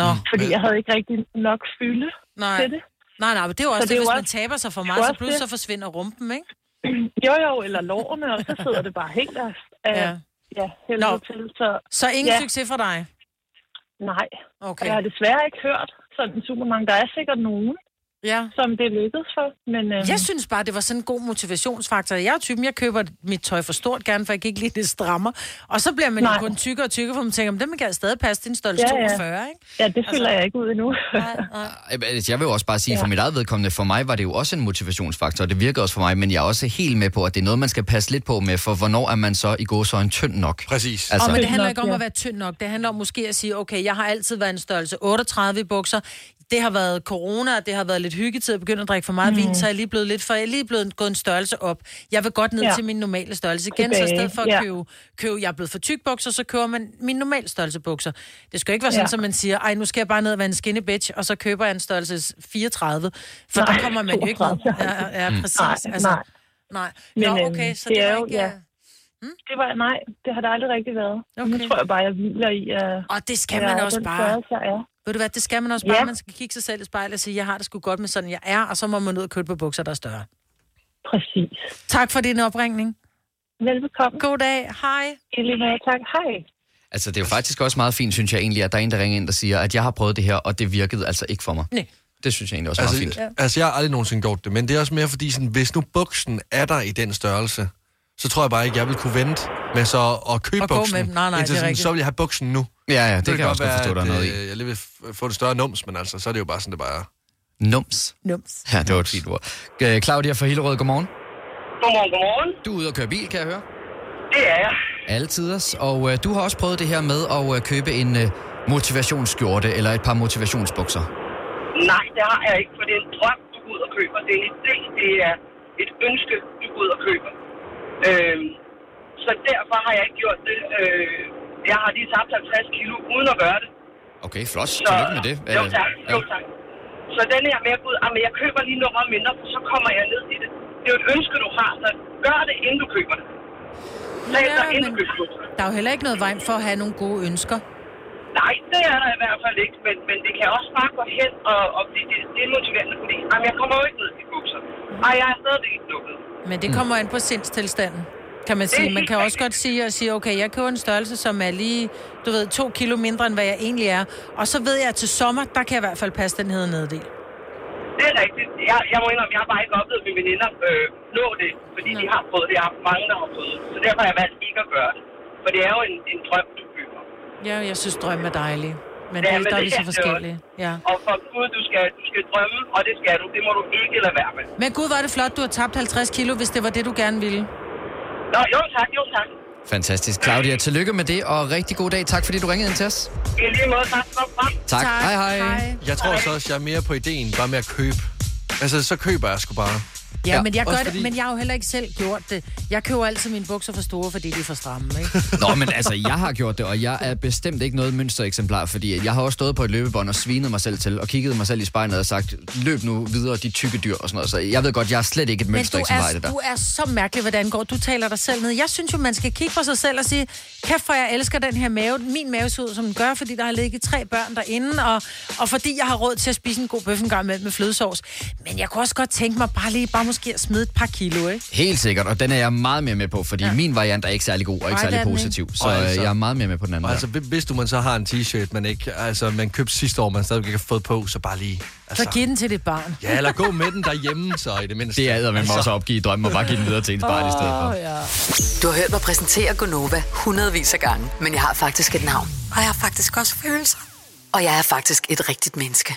Speaker 2: Nå.
Speaker 11: Fordi jeg havde ikke rigtig nok fylde
Speaker 2: Nej.
Speaker 11: til det.
Speaker 2: Nej, nej, men det er jo
Speaker 11: Så
Speaker 2: også det,
Speaker 11: er
Speaker 2: hvis
Speaker 11: jo
Speaker 2: man
Speaker 11: også-
Speaker 2: taber sig for
Speaker 11: det er
Speaker 2: meget,
Speaker 11: jo
Speaker 2: så
Speaker 11: også
Speaker 2: pludselig så
Speaker 11: det.
Speaker 2: forsvinder rumpen, ikke?
Speaker 11: Jo, jo, eller lårene, og så sidder det bare helt af, af
Speaker 2: Ja.
Speaker 11: ja. Ja, helvede til. Så,
Speaker 2: Så ingen succes for dig?
Speaker 11: Nej.
Speaker 2: Okay.
Speaker 11: Og jeg har desværre ikke hørt sådan super mange. Der er sikkert nogen,
Speaker 2: ja.
Speaker 11: som det lykkedes for. Men, øhm,
Speaker 2: Jeg synes bare, det var sådan en god motivationsfaktor. Jeg er typen, jeg køber mit tøj for stort gerne, for jeg kan ikke lide det strammer. Og så bliver man jo
Speaker 11: Nej.
Speaker 2: kun tykkere og tykkere, for man tænker, "Men den kan jeg stadig passe, det er en størrelse
Speaker 11: Ja, ja.
Speaker 2: 42, ikke?
Speaker 11: Ja, det fylder
Speaker 2: Altså-
Speaker 11: jeg ikke ud endnu.
Speaker 1: Ej, men altså, Jeg vil jo også bare sige, for mit eget vedkommende, for mig var det jo også en motivationsfaktor, og det virker også for mig, men jeg er også helt med på, at det er noget, man skal passe lidt på med, for hvornår er man så i gode så en tynd nok?
Speaker 3: Præcis.
Speaker 2: Altså, og men det handler ikke om at være tynd nok. Det handler om måske at sige, okay, jeg har altid været en størrelse 38 i bukser. Det har været corona, og det har været lidt hyggetid at begynde at drikke for meget mm.
Speaker 12: Mm.
Speaker 11: Mhm.
Speaker 2: vin, så jeg er lige blevet lidt for, jeg er lige blevet gået en størrelse op. Jeg vil godt ned ja.
Speaker 12: Ja.
Speaker 2: til min normale størrelse igen, så i
Speaker 12: Tilbage,
Speaker 2: stedet for at
Speaker 12: ja.
Speaker 2: købe, købe, jeg er blevet for tyk bukser, så køber man min normale størrelse bukser. Det skal jo ikke være sådan,
Speaker 12: Ja.
Speaker 2: at man siger, ej, nu skal jeg bare ned og være en skinny bitch, og så køber jeg en størrelse 34, for Nej, der kommer man jo ikke ned. Ja, ja, ja,
Speaker 11: Mm.
Speaker 2: præcis. Altså,
Speaker 11: Nej, nej.
Speaker 2: nej.
Speaker 11: Men,
Speaker 2: Nå,
Speaker 11: øhm,
Speaker 2: okay, så
Speaker 11: det
Speaker 2: det,
Speaker 11: er
Speaker 2: var
Speaker 11: jo-
Speaker 2: ikke...
Speaker 11: ja. Det var, nej, det har der aldrig rigtig været.
Speaker 2: Okay.
Speaker 11: Nu tror jeg bare, jeg hviler i... Uh,
Speaker 2: Og det skal man også bare.
Speaker 11: Jeg er.
Speaker 2: Ved du hvad, det skal man også bare. Ja.
Speaker 11: Ja.
Speaker 2: Man skal kigge sig selv i spejlet og sige, jeg har det sgu godt med sådan, jeg er, og så må man ud og købe på bukser, der er større.
Speaker 11: Præcis.
Speaker 2: Tak for din opringning.
Speaker 11: Velbekomme.
Speaker 2: God dag. Hej.
Speaker 11: I lige måde, tak. Hej.
Speaker 1: Altså, det er jo faktisk også meget fint, synes jeg egentlig, at der er en, der ringer ind og siger, at jeg har prøvet det her, og det virkede altså ikke for mig.
Speaker 2: Nej.
Speaker 1: Det synes jeg egentlig også er
Speaker 3: Altså,
Speaker 1: meget fint.
Speaker 3: altså, jeg har aldrig nogensinde gjort det, men det er også mere fordi, sådan, hvis nu buksen er der i den størrelse, så tror jeg bare ikke, jeg vil kunne vente med så at købe
Speaker 2: Og gå med
Speaker 3: buksen.
Speaker 2: den. Nej, nej,
Speaker 3: indtil
Speaker 2: det er
Speaker 3: sådan,
Speaker 2: rigtigt.
Speaker 3: så vil jeg have buksen nu.
Speaker 1: Ja, ja, det
Speaker 3: Så
Speaker 1: kan jeg
Speaker 3: godt
Speaker 1: også godt
Speaker 3: være,
Speaker 1: forstå, der er
Speaker 3: at,
Speaker 1: noget i.
Speaker 3: øh, Jeg lige vil f- få det større nums, men altså, så er det jo bare sådan, det bare er.
Speaker 1: Nums.
Speaker 2: Nums.
Speaker 1: Ja, det var et fint ord. Øh, Claudia fra Hillerød, godmorgen.
Speaker 10: Godmorgen, godmorgen.
Speaker 1: Du er ude og køre bil, kan jeg høre?
Speaker 10: Det er jeg.
Speaker 1: Alle tiders. Og øh, du har også prøvet det her med at øh, købe en øh, motivationsskjorte eller et par motivationsbukser.
Speaker 10: Nej, det har jeg ikke, for det er en drøm, du går ud og køber. Det er en idé, det er et ønske, du går ud og køber. Øhm, så derfor har jeg ikke gjort det. Øh, jeg har lige tabt 50 kilo uden at gøre det.
Speaker 1: Okay, flot.
Speaker 10: Så-
Speaker 1: Tillykke med det.
Speaker 10: Jo
Speaker 1: Øh,
Speaker 10: tak, jo
Speaker 1: ja.
Speaker 10: tak. Så den her med at gå ud, jamen jeg køber lige nummeret mindre, for så kommer jeg ned i det. Det er jo et ønske, du har, så gør det, inden du køber det. Tag dig,
Speaker 2: Ja,
Speaker 10: inden du
Speaker 2: men
Speaker 10: køber det.
Speaker 2: der er jo heller ikke noget vej for at have nogle gode ønsker.
Speaker 10: Nej, det er der i hvert fald ikke, men, men det kan også bare gå hen og, og blive det, det motiverende, fordi jamen, jeg kommer jo ikke ned i bukser. Ej, jeg er stadigvæk ikke dukket.
Speaker 2: Men det kommer an på sindstilstanden, kan man
Speaker 10: Det er
Speaker 2: sige. Man
Speaker 10: helt
Speaker 2: kan også godt sige og sige, okay, jeg køber en størrelse, som er lige, du ved, to kilo mindre, end hvad jeg egentlig er. Og så ved jeg, at til sommer, der kan jeg i hvert fald passe den her neddel.
Speaker 10: Det er rigtigt. Jeg, jeg må indrømme, jeg har bare ikke oplevet mine veninder øh, nå det, fordi de har prøvet det. Jeg har haft mange, der har prøvet det. Så derfor har jeg valgt ikke at gøre det. For det er jo en, en drøm, du bygger.
Speaker 2: Ja, jeg synes, drømme er dejlige. Men
Speaker 10: Ja,
Speaker 2: ja,
Speaker 10: men
Speaker 2: det, der er
Speaker 10: det
Speaker 2: vi
Speaker 10: er
Speaker 2: så
Speaker 10: det også.
Speaker 2: forskellige. Ja.
Speaker 10: Og for Gud, du skal, du skal drømme, og det skal du. Det må du ikke lade være med.
Speaker 2: Men gud, var det flot, du har tabt 50 kilo, hvis det var det, du gerne ville.
Speaker 10: Nå, jo tak, jo tak.
Speaker 1: Fantastisk. Claudia, tillykke med det, og rigtig god dag. Tak fordi du ringede ind til os.
Speaker 10: I lige måde, tak for frem.
Speaker 1: Tak. Tak. Hej, hej. Hej.
Speaker 3: Jeg tror så også, jeg er mere på ideen, bare med at købe. Altså, så køber jeg sgu bare.
Speaker 2: Ja, ja, men jeg gør
Speaker 3: Også
Speaker 2: det,
Speaker 3: fordi-
Speaker 2: men jeg har jo heller ikke selv gjort det. Jeg køber altid mine bukser for store, fordi de er for stramme, ikke?
Speaker 1: Nå, men altså, jeg har gjort det, og jeg er bestemt ikke noget mønstereksemplar, fordi jeg har også stået på et løbebånd og svinet mig selv til, og kigget mig selv i spejlet og sagt, løb nu videre, de tykke dyr og sådan noget. Så jeg ved godt, jeg er slet ikke et
Speaker 2: Men du
Speaker 1: mønstereksemplar i
Speaker 2: er,
Speaker 1: det der.
Speaker 2: du er så mærkelig, hvordan går. Du taler dig selv ned. Jeg synes jo, man skal kigge på sig selv og sige, kæft for jeg elsker den her mave. Min mave ser ud, som den gør, fordi der har ligget tre børn derinde, og, og fordi jeg har råd til at spise en god bøf en gang med, med flødesovs. Men jeg kunne også godt tænke mig bare lige, bare måske at smide et par kilo, ikke?
Speaker 1: Helt sikkert, og den er jeg meget mere med på, fordi ja. min variant er ikke særlig god og ikke
Speaker 2: Nej, det er
Speaker 1: særlig
Speaker 2: den ikke.
Speaker 1: positiv. Så
Speaker 3: Og
Speaker 1: altså,
Speaker 3: altså-
Speaker 1: jeg er meget mere med på den anden.
Speaker 3: Og
Speaker 1: der.
Speaker 3: altså, hvis du man så har en t-shirt, man ikke, altså, man købte sidste år, man stadigvæk ikke har fået på, så bare lige... Altså,
Speaker 2: Så giv den til dit barn.
Speaker 3: Ja, eller gå med den derhjemme, så i det mindste. Det
Speaker 1: er man også opgive drømmen og bare give den videre til ens
Speaker 4: barn i stedet for.
Speaker 2: ja.
Speaker 4: Du har hørt mig præsentere Gonova hundredvis af gange, men jeg har faktisk et navn. Og jeg har faktisk også følelser. Og jeg er faktisk et rigtigt menneske.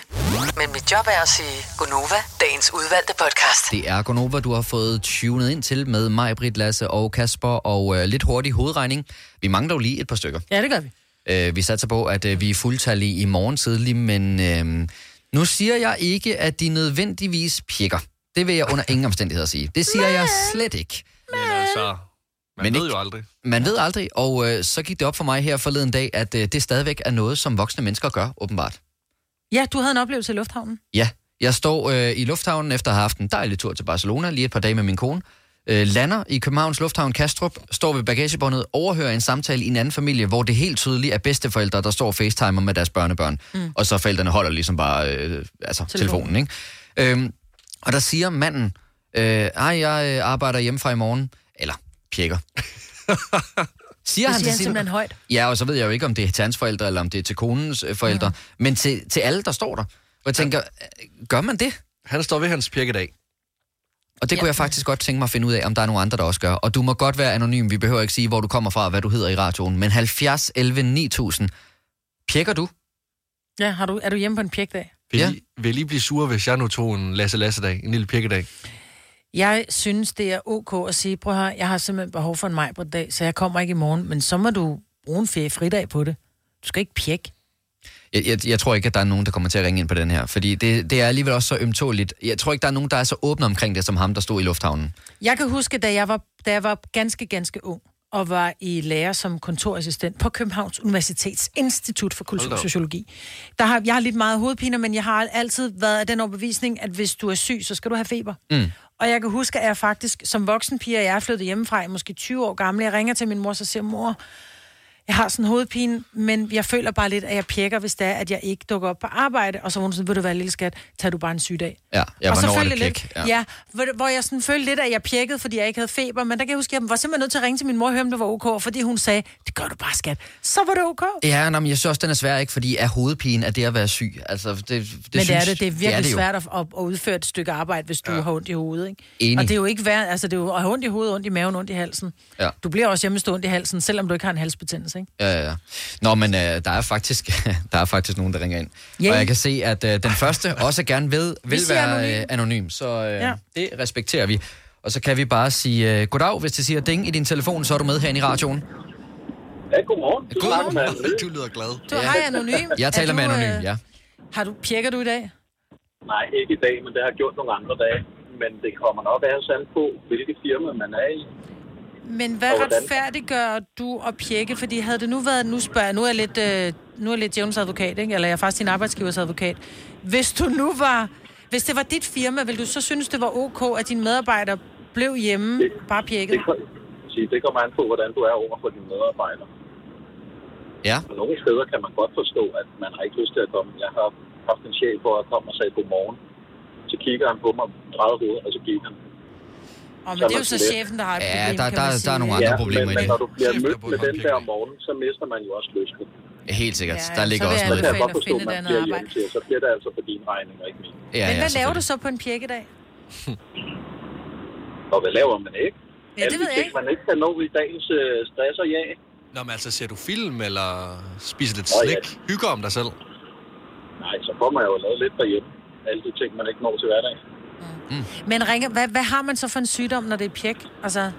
Speaker 4: Men mit job er at sige Gonova, dagens udvalgte podcast.
Speaker 1: Det er Gonova, du har fået tunet ind til med mig, Britt, Lasse og Kasper, og øh, lidt hurtig hovedregning. Vi mangler jo lige et par stykker.
Speaker 2: Ja, det gør vi.
Speaker 1: Øh, vi satser på, at øh, vi er fuldtallige i morgen tidlig, men øh, Nu siger jeg ikke, at de nødvendigvis pjekker. Det vil jeg under ingen omstændigheder sige. Det siger jeg slet ikke.
Speaker 13: Men altså, man
Speaker 1: Men
Speaker 13: Men ved
Speaker 1: ikke-
Speaker 13: jo aldrig.
Speaker 1: Man ved aldrig, og øh, så gik det op for mig her forleden dag, at øh, det stadigvæk er noget, som voksne mennesker gør, åbenbart.
Speaker 2: Ja, du havde en oplevelse i lufthavnen.
Speaker 1: Ja, jeg står øh, i lufthavnen efter at have haft en dejlig tur til Barcelona, lige et par dage med min kone. Øh, lander i Københavns Lufthavn Kastrup, står ved bagagebåndet, overhører en samtale i en anden familie, hvor det helt tydeligt er bedsteforældre, der står og facetimer med deres børnebørn. Mm.
Speaker 14: Mm.
Speaker 1: Og så forældrene holder ligesom bare øh, altså,
Speaker 14: Telefonen.
Speaker 1: telefonen. Ikke? Øhm, og der siger manden, øh, ej, jeg øh, arbejder hjemmefra i morgen. Eller pjekker. siger
Speaker 2: Det
Speaker 1: han
Speaker 2: siger
Speaker 1: til
Speaker 2: han
Speaker 1: sin...
Speaker 2: simpelthen højt.
Speaker 1: Ja, og så ved jeg jo ikke, om det er til hans forældre, eller om det er til konens øh, forældre. Mm. Men til, til alle, der står der. Og jeg tænker, øh, gør man det?
Speaker 3: Han står ved hans pjekkedag.
Speaker 1: Og det kunne jeg faktisk godt tænke mig at finde ud af, om der er nogen andre, der også gør. Og du må godt være anonym. Vi behøver ikke sige, hvor du kommer fra og hvad du hedder i radioen. Men 70 11 9000. Pjekker du?
Speaker 2: Ja, har du, er du hjemme på en pjekdag?
Speaker 3: Vil, ja. I, vil I blive sure, hvis jeg nu tog en Lasse Lasse-dag? En lille pjekkedag?
Speaker 2: Jeg synes, det er ok at sige, prøv her, jeg har simpelthen behov for en maj på dag, så jeg kommer ikke i morgen, men så må du bruge en ferie fridag på det. Du skal ikke pjekke.
Speaker 1: Jeg, jeg, jeg tror ikke, at der er nogen, der kommer til at ringe ind på den her. Fordi det, det er alligevel også så ømtåligt. Jeg tror ikke, der er nogen, der er så åbne omkring det, som ham, der stod i lufthavnen.
Speaker 2: Jeg kan huske, da jeg var, da jeg var ganske, ganske ung, og var i lærer som kontorassistent på Københavns Universitets Institut for
Speaker 15: Hold da op.
Speaker 2: Kultursociologi. Der har, jeg har lidt meget hovedpine, men jeg har altid været af den overbevisning, at hvis du er syg, så skal du have feber.
Speaker 15: Mm.
Speaker 2: Og jeg kan huske, at jeg faktisk som voksen pige, og jeg er flyttet hjemmefra, jeg er måske 20 år gammel, jeg ringer til min mor, så siger mor, jeg har sådan en hovedpine, men jeg føler bare lidt, at jeg pjekker, hvis det er, at jeg ikke dukker op på arbejde. Og så var hun sådan, vil du være lille skat, tag du bare en sygdag.
Speaker 1: Ja, ja
Speaker 2: og så
Speaker 1: hvornår er
Speaker 2: følte
Speaker 1: det
Speaker 2: jeg
Speaker 1: pjek?
Speaker 2: lidt, ja. ja, hvor- hvor jeg sådan følte lidt, at jeg pjekkede, fordi jeg ikke havde feber. Men der kan jeg huske, at jeg var simpelthen nødt til at ringe til min mor og høre, om det var ok, fordi hun sagde, det gør du bare, skat. Så var det ok.
Speaker 1: Ja, nå, men jeg synes også, den er svær, ikke? Fordi er hovedpine af det at være syg? Altså, det, det
Speaker 2: men
Speaker 1: synes,
Speaker 2: det er det. Det er virkelig det er det
Speaker 1: jo.
Speaker 2: svært at, at at udføre et stykke arbejde, hvis du
Speaker 1: Ja.
Speaker 2: ja. har ondt i hovedet. Ikke?
Speaker 1: Enig.
Speaker 2: Og det er jo ikke værd. Altså, det er jo at have ondt i hovedet, ondt i maven, ondt i halsen.
Speaker 1: Ja.
Speaker 2: Du bliver også hjemmestående ondt i halsen, selvom du ikke har en halsbetændelse. Ikke?
Speaker 1: Ja, ja, ja. Nå, men øh, der, er faktisk, der er faktisk nogen, der ringer ind.
Speaker 2: Yay.
Speaker 1: Og jeg kan se, at øh, den første også gerne ved,
Speaker 2: Vi
Speaker 1: vil
Speaker 2: siger
Speaker 1: være
Speaker 2: anonym.
Speaker 1: anonym. Øh, anonym. Så øh, ja.
Speaker 2: Ja.
Speaker 1: det respekterer vi. Og så kan vi bare sige øh, goddag, hvis det siger ding i din telefon, så er du med herinde i radioen.
Speaker 16: Ja, godmorgen.
Speaker 1: Godmorgen.
Speaker 3: Du lyder glad.
Speaker 2: Du har anonym. Er
Speaker 1: Jeg taler
Speaker 2: du,
Speaker 1: med
Speaker 2: øh,
Speaker 1: anonym, ja.
Speaker 2: Har du, pjekker du i dag?
Speaker 16: Nej, ikke i dag, men det har jeg gjort nogle andre dage. Men det kommer nok af sådan på, hvilket firma man er i.
Speaker 2: Men hvad
Speaker 16: Og hvordan?
Speaker 2: retfærdiggør du at pjekke? Fordi havde det nu været, nu spørger jeg, nu er jeg lidt, øh, nu er jeg lidt Jones advokat, ikke? eller jeg er faktisk din arbejdsgivers advokat. Hvis du nu var, hvis det var dit firma, ville du så synes, det var ok, at dine medarbejdere blev hjemme, bare pjekket?
Speaker 16: Det, kan- sige, det kommer an på, hvordan du er over for dine medarbejdere.
Speaker 1: Ja.
Speaker 16: Og nogle steder kan man godt forstå, at man har ikke lyst til at komme. Jeg har haft en chef, hvor jeg kom og sagde godmorgen. Så kigger han på mig, drejer hovedet, og så gik han.
Speaker 2: Og men det er jo så chefen, der har et problem, kan man sige.
Speaker 16: men, men når du bliver mødt med den der om morgenen, så mister man jo også lysten.
Speaker 1: Helt sikkert.
Speaker 2: Ja,
Speaker 1: Altså, der
Speaker 2: så
Speaker 1: ligger
Speaker 2: vil
Speaker 1: også
Speaker 2: jeg
Speaker 1: noget.
Speaker 16: Så kan jeg
Speaker 2: anbefale
Speaker 16: godt forstå,
Speaker 2: at
Speaker 16: at
Speaker 2: finde et
Speaker 16: man
Speaker 2: andet
Speaker 16: bliver
Speaker 2: arbejde.
Speaker 16: hjem til, så bliver det altså på din regning og ikke min.
Speaker 1: Ja,
Speaker 2: Men hvad laver du så på en pjekkedag?
Speaker 16: Og hvad laver man ikke?
Speaker 2: Ja, det ved jeg ikke.
Speaker 16: Man ikke kan nå i dagens øh, stress og jag.
Speaker 3: Nå, men altså, ser du film, eller spiser lidt
Speaker 16: Nå, ja.
Speaker 3: slik? Oh, Hygger om dig selv?
Speaker 16: Nej, så får man jo lavet lidt derhjemme. Alle de ting, man ikke når til hverdag.
Speaker 2: Men ringer, hvad, hvad har man så for en sygdom, når det er pjek? Altså,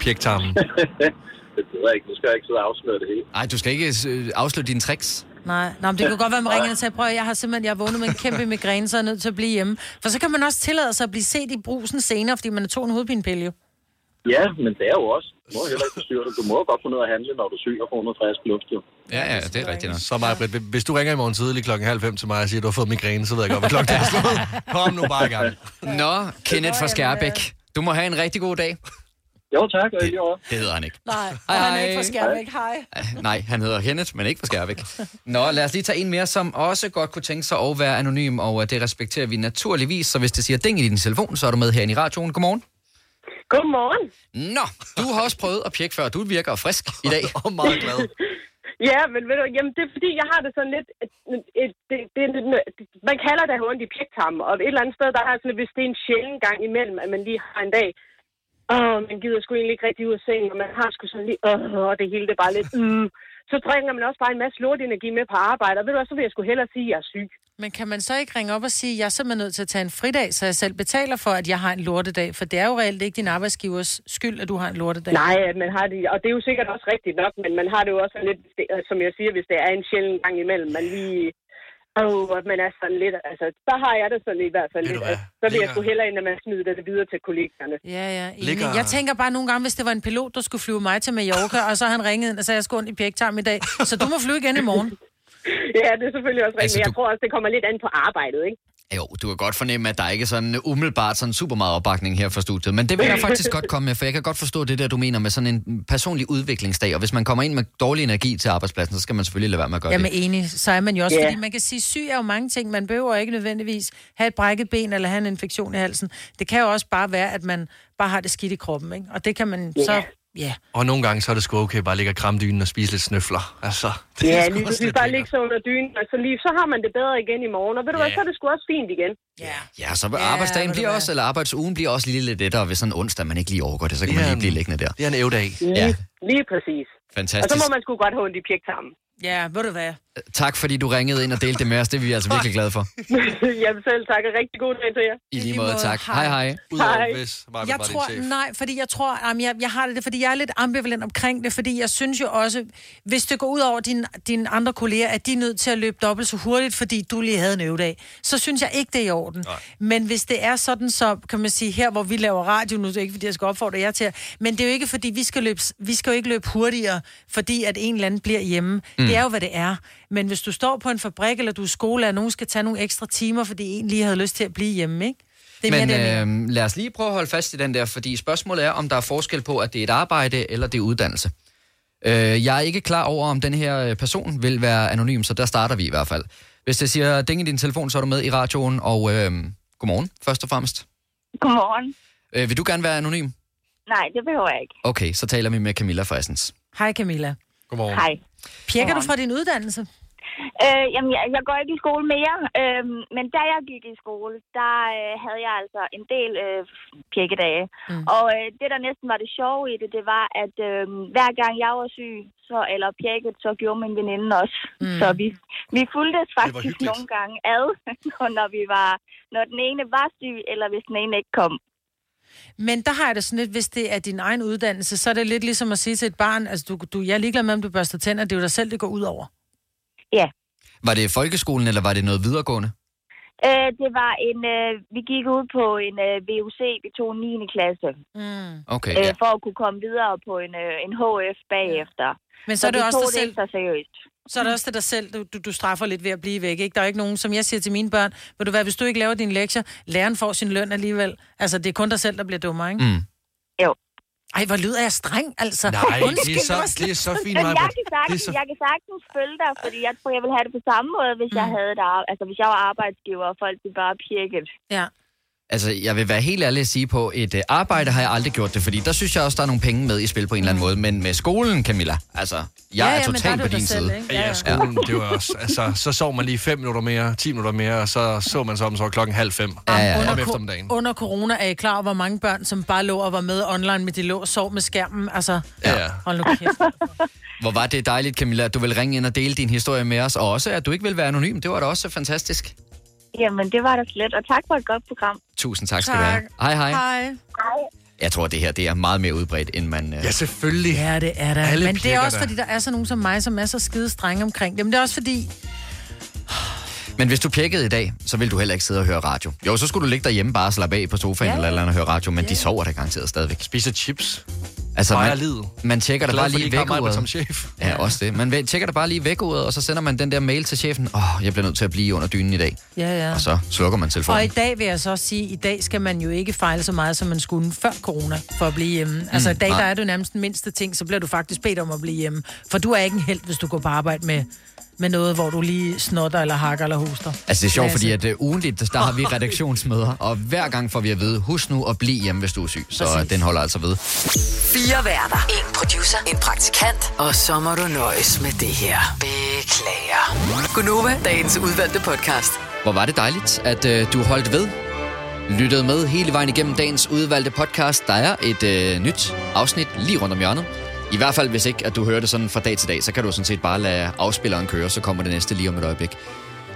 Speaker 3: Pjektarmen.
Speaker 16: det ved jeg ikke. Nu skal jeg ikke sidde og afsløre det hele.
Speaker 1: Nej, du skal ikke øh, afsløre dine tricks.
Speaker 2: Nej, Nå, men det kunne godt være, at man ringer og siger, prøv at jeg har simpelthen, jeg har vågnet med en kæmpe migræne, så jeg er nødt til at blive hjemme. For så kan man også tillade sig at blive set i brusen senere, fordi man er to en hovedpinepille jo.
Speaker 16: Ja, men det er jo også. Du må heller ikke forstyrre dig. Du må godt få ned og handle, når du er syg og får noget frisk luft, jo.
Speaker 1: Ja, ja, det er rigtigt nok.
Speaker 3: Så meget, Britt, hvis du ringer i morgen tidlig klokken halv fem til mig og siger, at du har fået migræne, så ved jeg godt, hvad klokken er slået. Kom nu bare i gang.
Speaker 1: Nå, Kenneth fra Skærbæk. Du må have en rigtig god dag.
Speaker 16: Jo, tak. Det,
Speaker 1: det hedder han ikke.
Speaker 2: Nej,
Speaker 1: Hej, han er hej. ikke fra
Speaker 2: Skærbæk. Hej.
Speaker 1: Nej, han hedder Kenneth, men ikke fra Skærbæk. Nå, lad os lige tage en mere, som også godt kunne tænke sig at være anonym, og øh, det respekterer vi naturligvis. Så hvis det siger ding i din telefon, så er du med herinde i radioen. Godmorgen.
Speaker 15: Godmorgen.
Speaker 1: Nå, du har også prøvet at pjekke før. Du virker frisk i dag.
Speaker 3: og meget glad.
Speaker 15: Ja, men ved du, jamen det er fordi, jeg har det sådan lidt, et, et, det, det, er lidt nø- man kalder det at have ondt i pjektarmen, og et eller andet sted, der har jeg sådan, lidt, hvis det er en sjælden gang imellem, at man lige har en dag, åh, man gider sgu egentlig ikke rigtig ud af sengen, og man har sgu sådan lige, åh, og det hele det er bare lidt, mm. så drikker man også bare en masse lortenergi med på arbejde, og ved du hvad, så vil jeg sgu hellere sige, at jeg er syg.
Speaker 2: Men kan man så ikke ringe op og sige, at jeg er simpelthen nødt til at tage en fridag, så jeg selv betaler for, at jeg har en lortedag? For det er jo reelt ikke din arbejdsgivers skyld, at du har en lortedag.
Speaker 15: Nej, at man har det, og det er jo sikkert altså, også rigtigt nok, men man har det jo også sådan lidt, det- som jeg siger, hvis det er en sjælden gang imellem, man lige... Og at man er sådan lidt, altså, der har jeg det sådan i hvert fald lidt. at så vil jeg sgu hellere, end at man smider det videre til kollegaerne.
Speaker 2: Ja, ja. enig.
Speaker 15: Ligger-
Speaker 2: Jeg tænker bare nogle gange, hvis det var en pilot, der skulle flyve mig til Mallorca, og så har han ringet ind og sagde, jeg skal ondt i pjektarm i dag, så du må flyve igen i morgen.
Speaker 15: Ja, det er selvfølgelig også rigtigt,
Speaker 1: Altså,
Speaker 15: men jeg tror også, det kommer lidt an på arbejdet, ikke?
Speaker 1: Jo, du kan godt fornemme, at der ikke er sådan øh, umiddelbart sådan super meget opbakning her fra studiet. Men det vil jeg faktisk godt komme med, for jeg kan godt forstå det der, du mener med sådan en personlig udviklingsdag. Og hvis man kommer ind med dårlig energi til arbejdspladsen, så skal man selvfølgelig lade være med at gøre
Speaker 2: Jamen
Speaker 1: det.
Speaker 2: enig, så er man jo også,
Speaker 1: Ja.
Speaker 2: yeah. fordi man kan sige, syg er jo mange ting. Man behøver ikke nødvendigvis have et brækket ben eller have en infektion i halsen. Det kan jo også bare være, at man bare har det skidt i kroppen, ikke? Og det kan man yeah. så... Ja.
Speaker 3: Og nogle gange så er det sgu okay bare at ligge og kramme dynen og spise lidt snøfler. Altså, det
Speaker 15: Ja,
Speaker 3: er sgu også
Speaker 15: lige præcis. Bare ligge sig under dynen, og så lige, så har man det bedre igen i morgen. Og ved du hvad, så er det sgu også fint igen.
Speaker 2: Ja.
Speaker 1: Ja, så arbejdsdagen bliver også, eller arbejdsugen bliver også lige lidt lettere, hvis sådan en onsdag, man ikke lige overgår det, så kan man lige blive liggende der.
Speaker 3: Det er en evdag.
Speaker 1: Ja,
Speaker 15: Lige præcis. Og så
Speaker 1: fantastisk.
Speaker 15: må man sgu godt have ondt i pjektarmen.
Speaker 2: Ja, ved du hvad?
Speaker 1: Tak fordi du ringede ind og delte det med os, det er vi altså virkelig glade for.
Speaker 15: Jamen selv tak, og rigtig god dag til jer.
Speaker 1: I lige måde, tak. Hej hej.
Speaker 15: Hej.
Speaker 2: Jeg tror, nej, fordi jeg tror, jamen, jeg, jeg har det, fordi jeg er lidt ambivalent omkring det, fordi jeg synes jo også, hvis det går ud over dine din andre kolleger, at de er nødt til at løbe dobbelt så hurtigt, fordi du lige havde en øvedag, så synes jeg ikke, det er i orden. Nej. Men hvis det er sådan, så kan man sige, her hvor vi laver radio, nu er det ikke, fordi jeg skal opfordre jer til, at- men det er jo ikke, fordi vi skal, løbe, vi skal jo ikke løbe hurtigere, fordi at en eller anden bliver hjemme.
Speaker 14: Mm.
Speaker 2: Mm. Det er jo, hvad det er. Men hvis du står på en fabrik, eller du er i skole, og nogen skal tage nogle ekstra timer, fordi en lige havde lyst til at blive hjemme, ikke? Det er mere
Speaker 1: Men
Speaker 2: det, jeg mener.
Speaker 1: øh, lad os lige prøve at holde fast i den der, fordi spørgsmålet er, om der er forskel på, at det er et arbejde eller det er uddannelse. Øh, jeg er ikke klar over, om den her øh, person vil være anonym, så der starter vi i hvert fald. Hvis det siger ding i din telefon, så er du med i radioen, og øh, godmorgen først og fremmest.
Speaker 14: Godmorgen.
Speaker 1: Øh, vil du gerne være anonym?
Speaker 14: Nej, det behøver jeg ikke.
Speaker 1: Okay, så taler vi med Camilla Fressens.
Speaker 2: Hej Camilla.
Speaker 1: Godmorgen.
Speaker 14: Hej.
Speaker 2: Pirker du fra din uddannelse?
Speaker 14: Øh, jamen, jeg, jeg går ikke i skole mere, øh, men da jeg gik i skole, der øh, havde jeg altså en del øh, pjekkedage. Mm. Og øh, det, der næsten var det sjove i det, det var, at øh, hver gang jeg var syg, så, eller pjekket, så gjorde min veninde også. Mm. Så vi, vi fulgtes faktisk nogle gange ad, når- når, vi var, når den ene var syg, eller hvis den ene ikke kom.
Speaker 2: Men der har jeg det sådan lidt, hvis det er din egen uddannelse, så er det lidt ligesom at sige til et barn, altså du, du jeg er ligeglad med, om du børster tænder, det er jo dig selv, det går ud over.
Speaker 1: Var det folkeskolen, eller var det noget videregående?
Speaker 14: Øh, det var en, øh, vi gik ud på en øh, VUC, vi tog 9. klasse.
Speaker 2: Mm.
Speaker 1: Okay,
Speaker 14: øh,
Speaker 1: ja.
Speaker 14: For at kunne komme videre på en, øh, en HF bagefter.
Speaker 2: Men så er det
Speaker 14: vi
Speaker 2: også
Speaker 14: tog
Speaker 2: dig selv-
Speaker 14: ikke så seriøst.
Speaker 2: Så er det også det dig selv, du, du, du straffer lidt ved at blive væk. Ikke? Der er ikke nogen, som jeg siger til mine børn, vil du være, hvis du ikke laver dine lektier, læreren får sin løn alligevel. Altså, det er kun dig selv, der bliver dummere, ikke?
Speaker 1: Mm.
Speaker 14: Jo.
Speaker 2: Ej, hvor lyder jeg streng, altså.
Speaker 3: Nej, det er
Speaker 2: Undskyld,
Speaker 3: så-
Speaker 2: var slet
Speaker 3: det er så
Speaker 2: sådan.
Speaker 3: fint,
Speaker 14: Men jeg kan,
Speaker 3: Det
Speaker 14: sagtens,
Speaker 3: er så-
Speaker 14: jeg kan sagtens følge dig, fordi jeg tror, jeg ville have det på samme måde, hvis mm. jeg havde det. ar- Altså, hvis jeg var arbejdsgiver, og folk blev bare pirket.
Speaker 2: Ja.
Speaker 1: Altså, jeg vil være helt ærlig at sige, på et øh, arbejde har jeg aldrig gjort det, fordi der synes jeg også, der er nogle penge med i spil på en eller anden måde. Men med skolen, Camilla, altså, jeg
Speaker 2: Ja,
Speaker 1: er
Speaker 2: ja, men der er
Speaker 1: totalt
Speaker 2: du
Speaker 1: på
Speaker 2: dig
Speaker 1: din
Speaker 2: selv,
Speaker 1: side.
Speaker 2: ikke?
Speaker 3: Ja, ja, skolen, det var også, altså, så sov man lige 5 minutter mere, 10 minutter mere, og så så man så om, så var klokken halv fem ja, ja, ja. om eftermiddagen.
Speaker 2: Under corona er I klar over, hvor mange børn, som bare lå og var med online, men de lå og sov med skærmen. Altså,
Speaker 1: Ja.
Speaker 2: hold nu kæft.
Speaker 1: Hvor var det dejligt, Camilla, at du vil ringe ind og dele din historie med os, og også at du ikke vil være anonym. Det var da også fantastisk.
Speaker 14: Jamen, det var da slet. Og tak for et godt program.
Speaker 1: Tusind tak skal du have. Hej, hej.
Speaker 14: Hej.
Speaker 1: Jeg tror, det her det er meget mere udbredt, end man... Øh... Ja,
Speaker 3: selvfølgelig.
Speaker 2: Ja, det er der.
Speaker 1: Alle
Speaker 2: men det er
Speaker 1: pjekker
Speaker 2: også,
Speaker 1: der.
Speaker 2: fordi der er sådan nogen som mig, som er så skide strenge omkring det. Men det er også fordi,
Speaker 1: Men hvis du pjekkede i dag, så ville du heller ikke sidde og høre radio. Jo, så skulle du ligge derhjemme bare og slappe af på sofaen
Speaker 2: Ja,
Speaker 1: ja. eller et eller andet og høre radio, men ja. de sover da garanteret stadigvæk. Spiser chips. Altså, man, man tjekker da
Speaker 3: Glad
Speaker 1: bare
Speaker 3: for,
Speaker 1: lige
Speaker 3: de ikke har mig
Speaker 1: vækkeuret.
Speaker 3: som chef.
Speaker 1: Ja, også det. Man væ- tjekker da bare lige vækkeuret, og så sender man den der mail til chefen. Åh, oh, jeg bliver nødt til at blive under dynen i dag.
Speaker 2: Ja, ja.
Speaker 1: Og så slukker man
Speaker 2: og i
Speaker 1: telefonen.
Speaker 2: dag vil jeg så også sige, i dag skal man jo ikke fejle så meget, som man skulle før corona, for at blive hjemme. Altså
Speaker 1: Mm,
Speaker 2: i dag,
Speaker 1: nej.
Speaker 2: der er du nærmest den mindste ting, så bliver du faktisk bedt om at blive hjemme. For du er ikke en held, hvis du går på arbejde med, med noget, hvor du lige snotter eller hakker eller hoster.
Speaker 1: Altså, det er sjovt,
Speaker 2: Lasse.
Speaker 1: fordi at uh, ugenligt, der har vi redaktionsmøder, og hver gang får vi at vide, husk nu at blive hjemme, hvis du er syg. Så øh, den holder altså ved.
Speaker 4: Fire værter. En producer. En praktikant. Og så må du nøjes med det her. Beklager. Gunova, dagens udvalgte podcast.
Speaker 1: Hvor var det dejligt, at øh, du holdt ved, lyttede med hele vejen igennem dagens udvalgte podcast. Der er et øh, nyt afsnit lige rundt om hjørnet. I hvert fald, hvis ikke at du hører det sådan fra dag til dag, så kan du sådan set bare lade afspilleren køre, så kommer det næste lige om et øjeblik.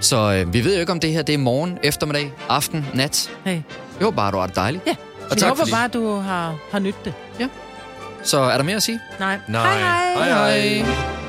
Speaker 1: Så øh, vi ved jo ikke, om det her det er morgen, eftermiddag, aften, nat.
Speaker 2: Hey.
Speaker 1: Jo, bare du har det dejligt. Ja,
Speaker 2: Og jeg håber bare, du har, har nyttet det.
Speaker 1: Ja. Så er der mere at sige?
Speaker 2: Nej.
Speaker 1: Nej. Hej, hej. hej, hej.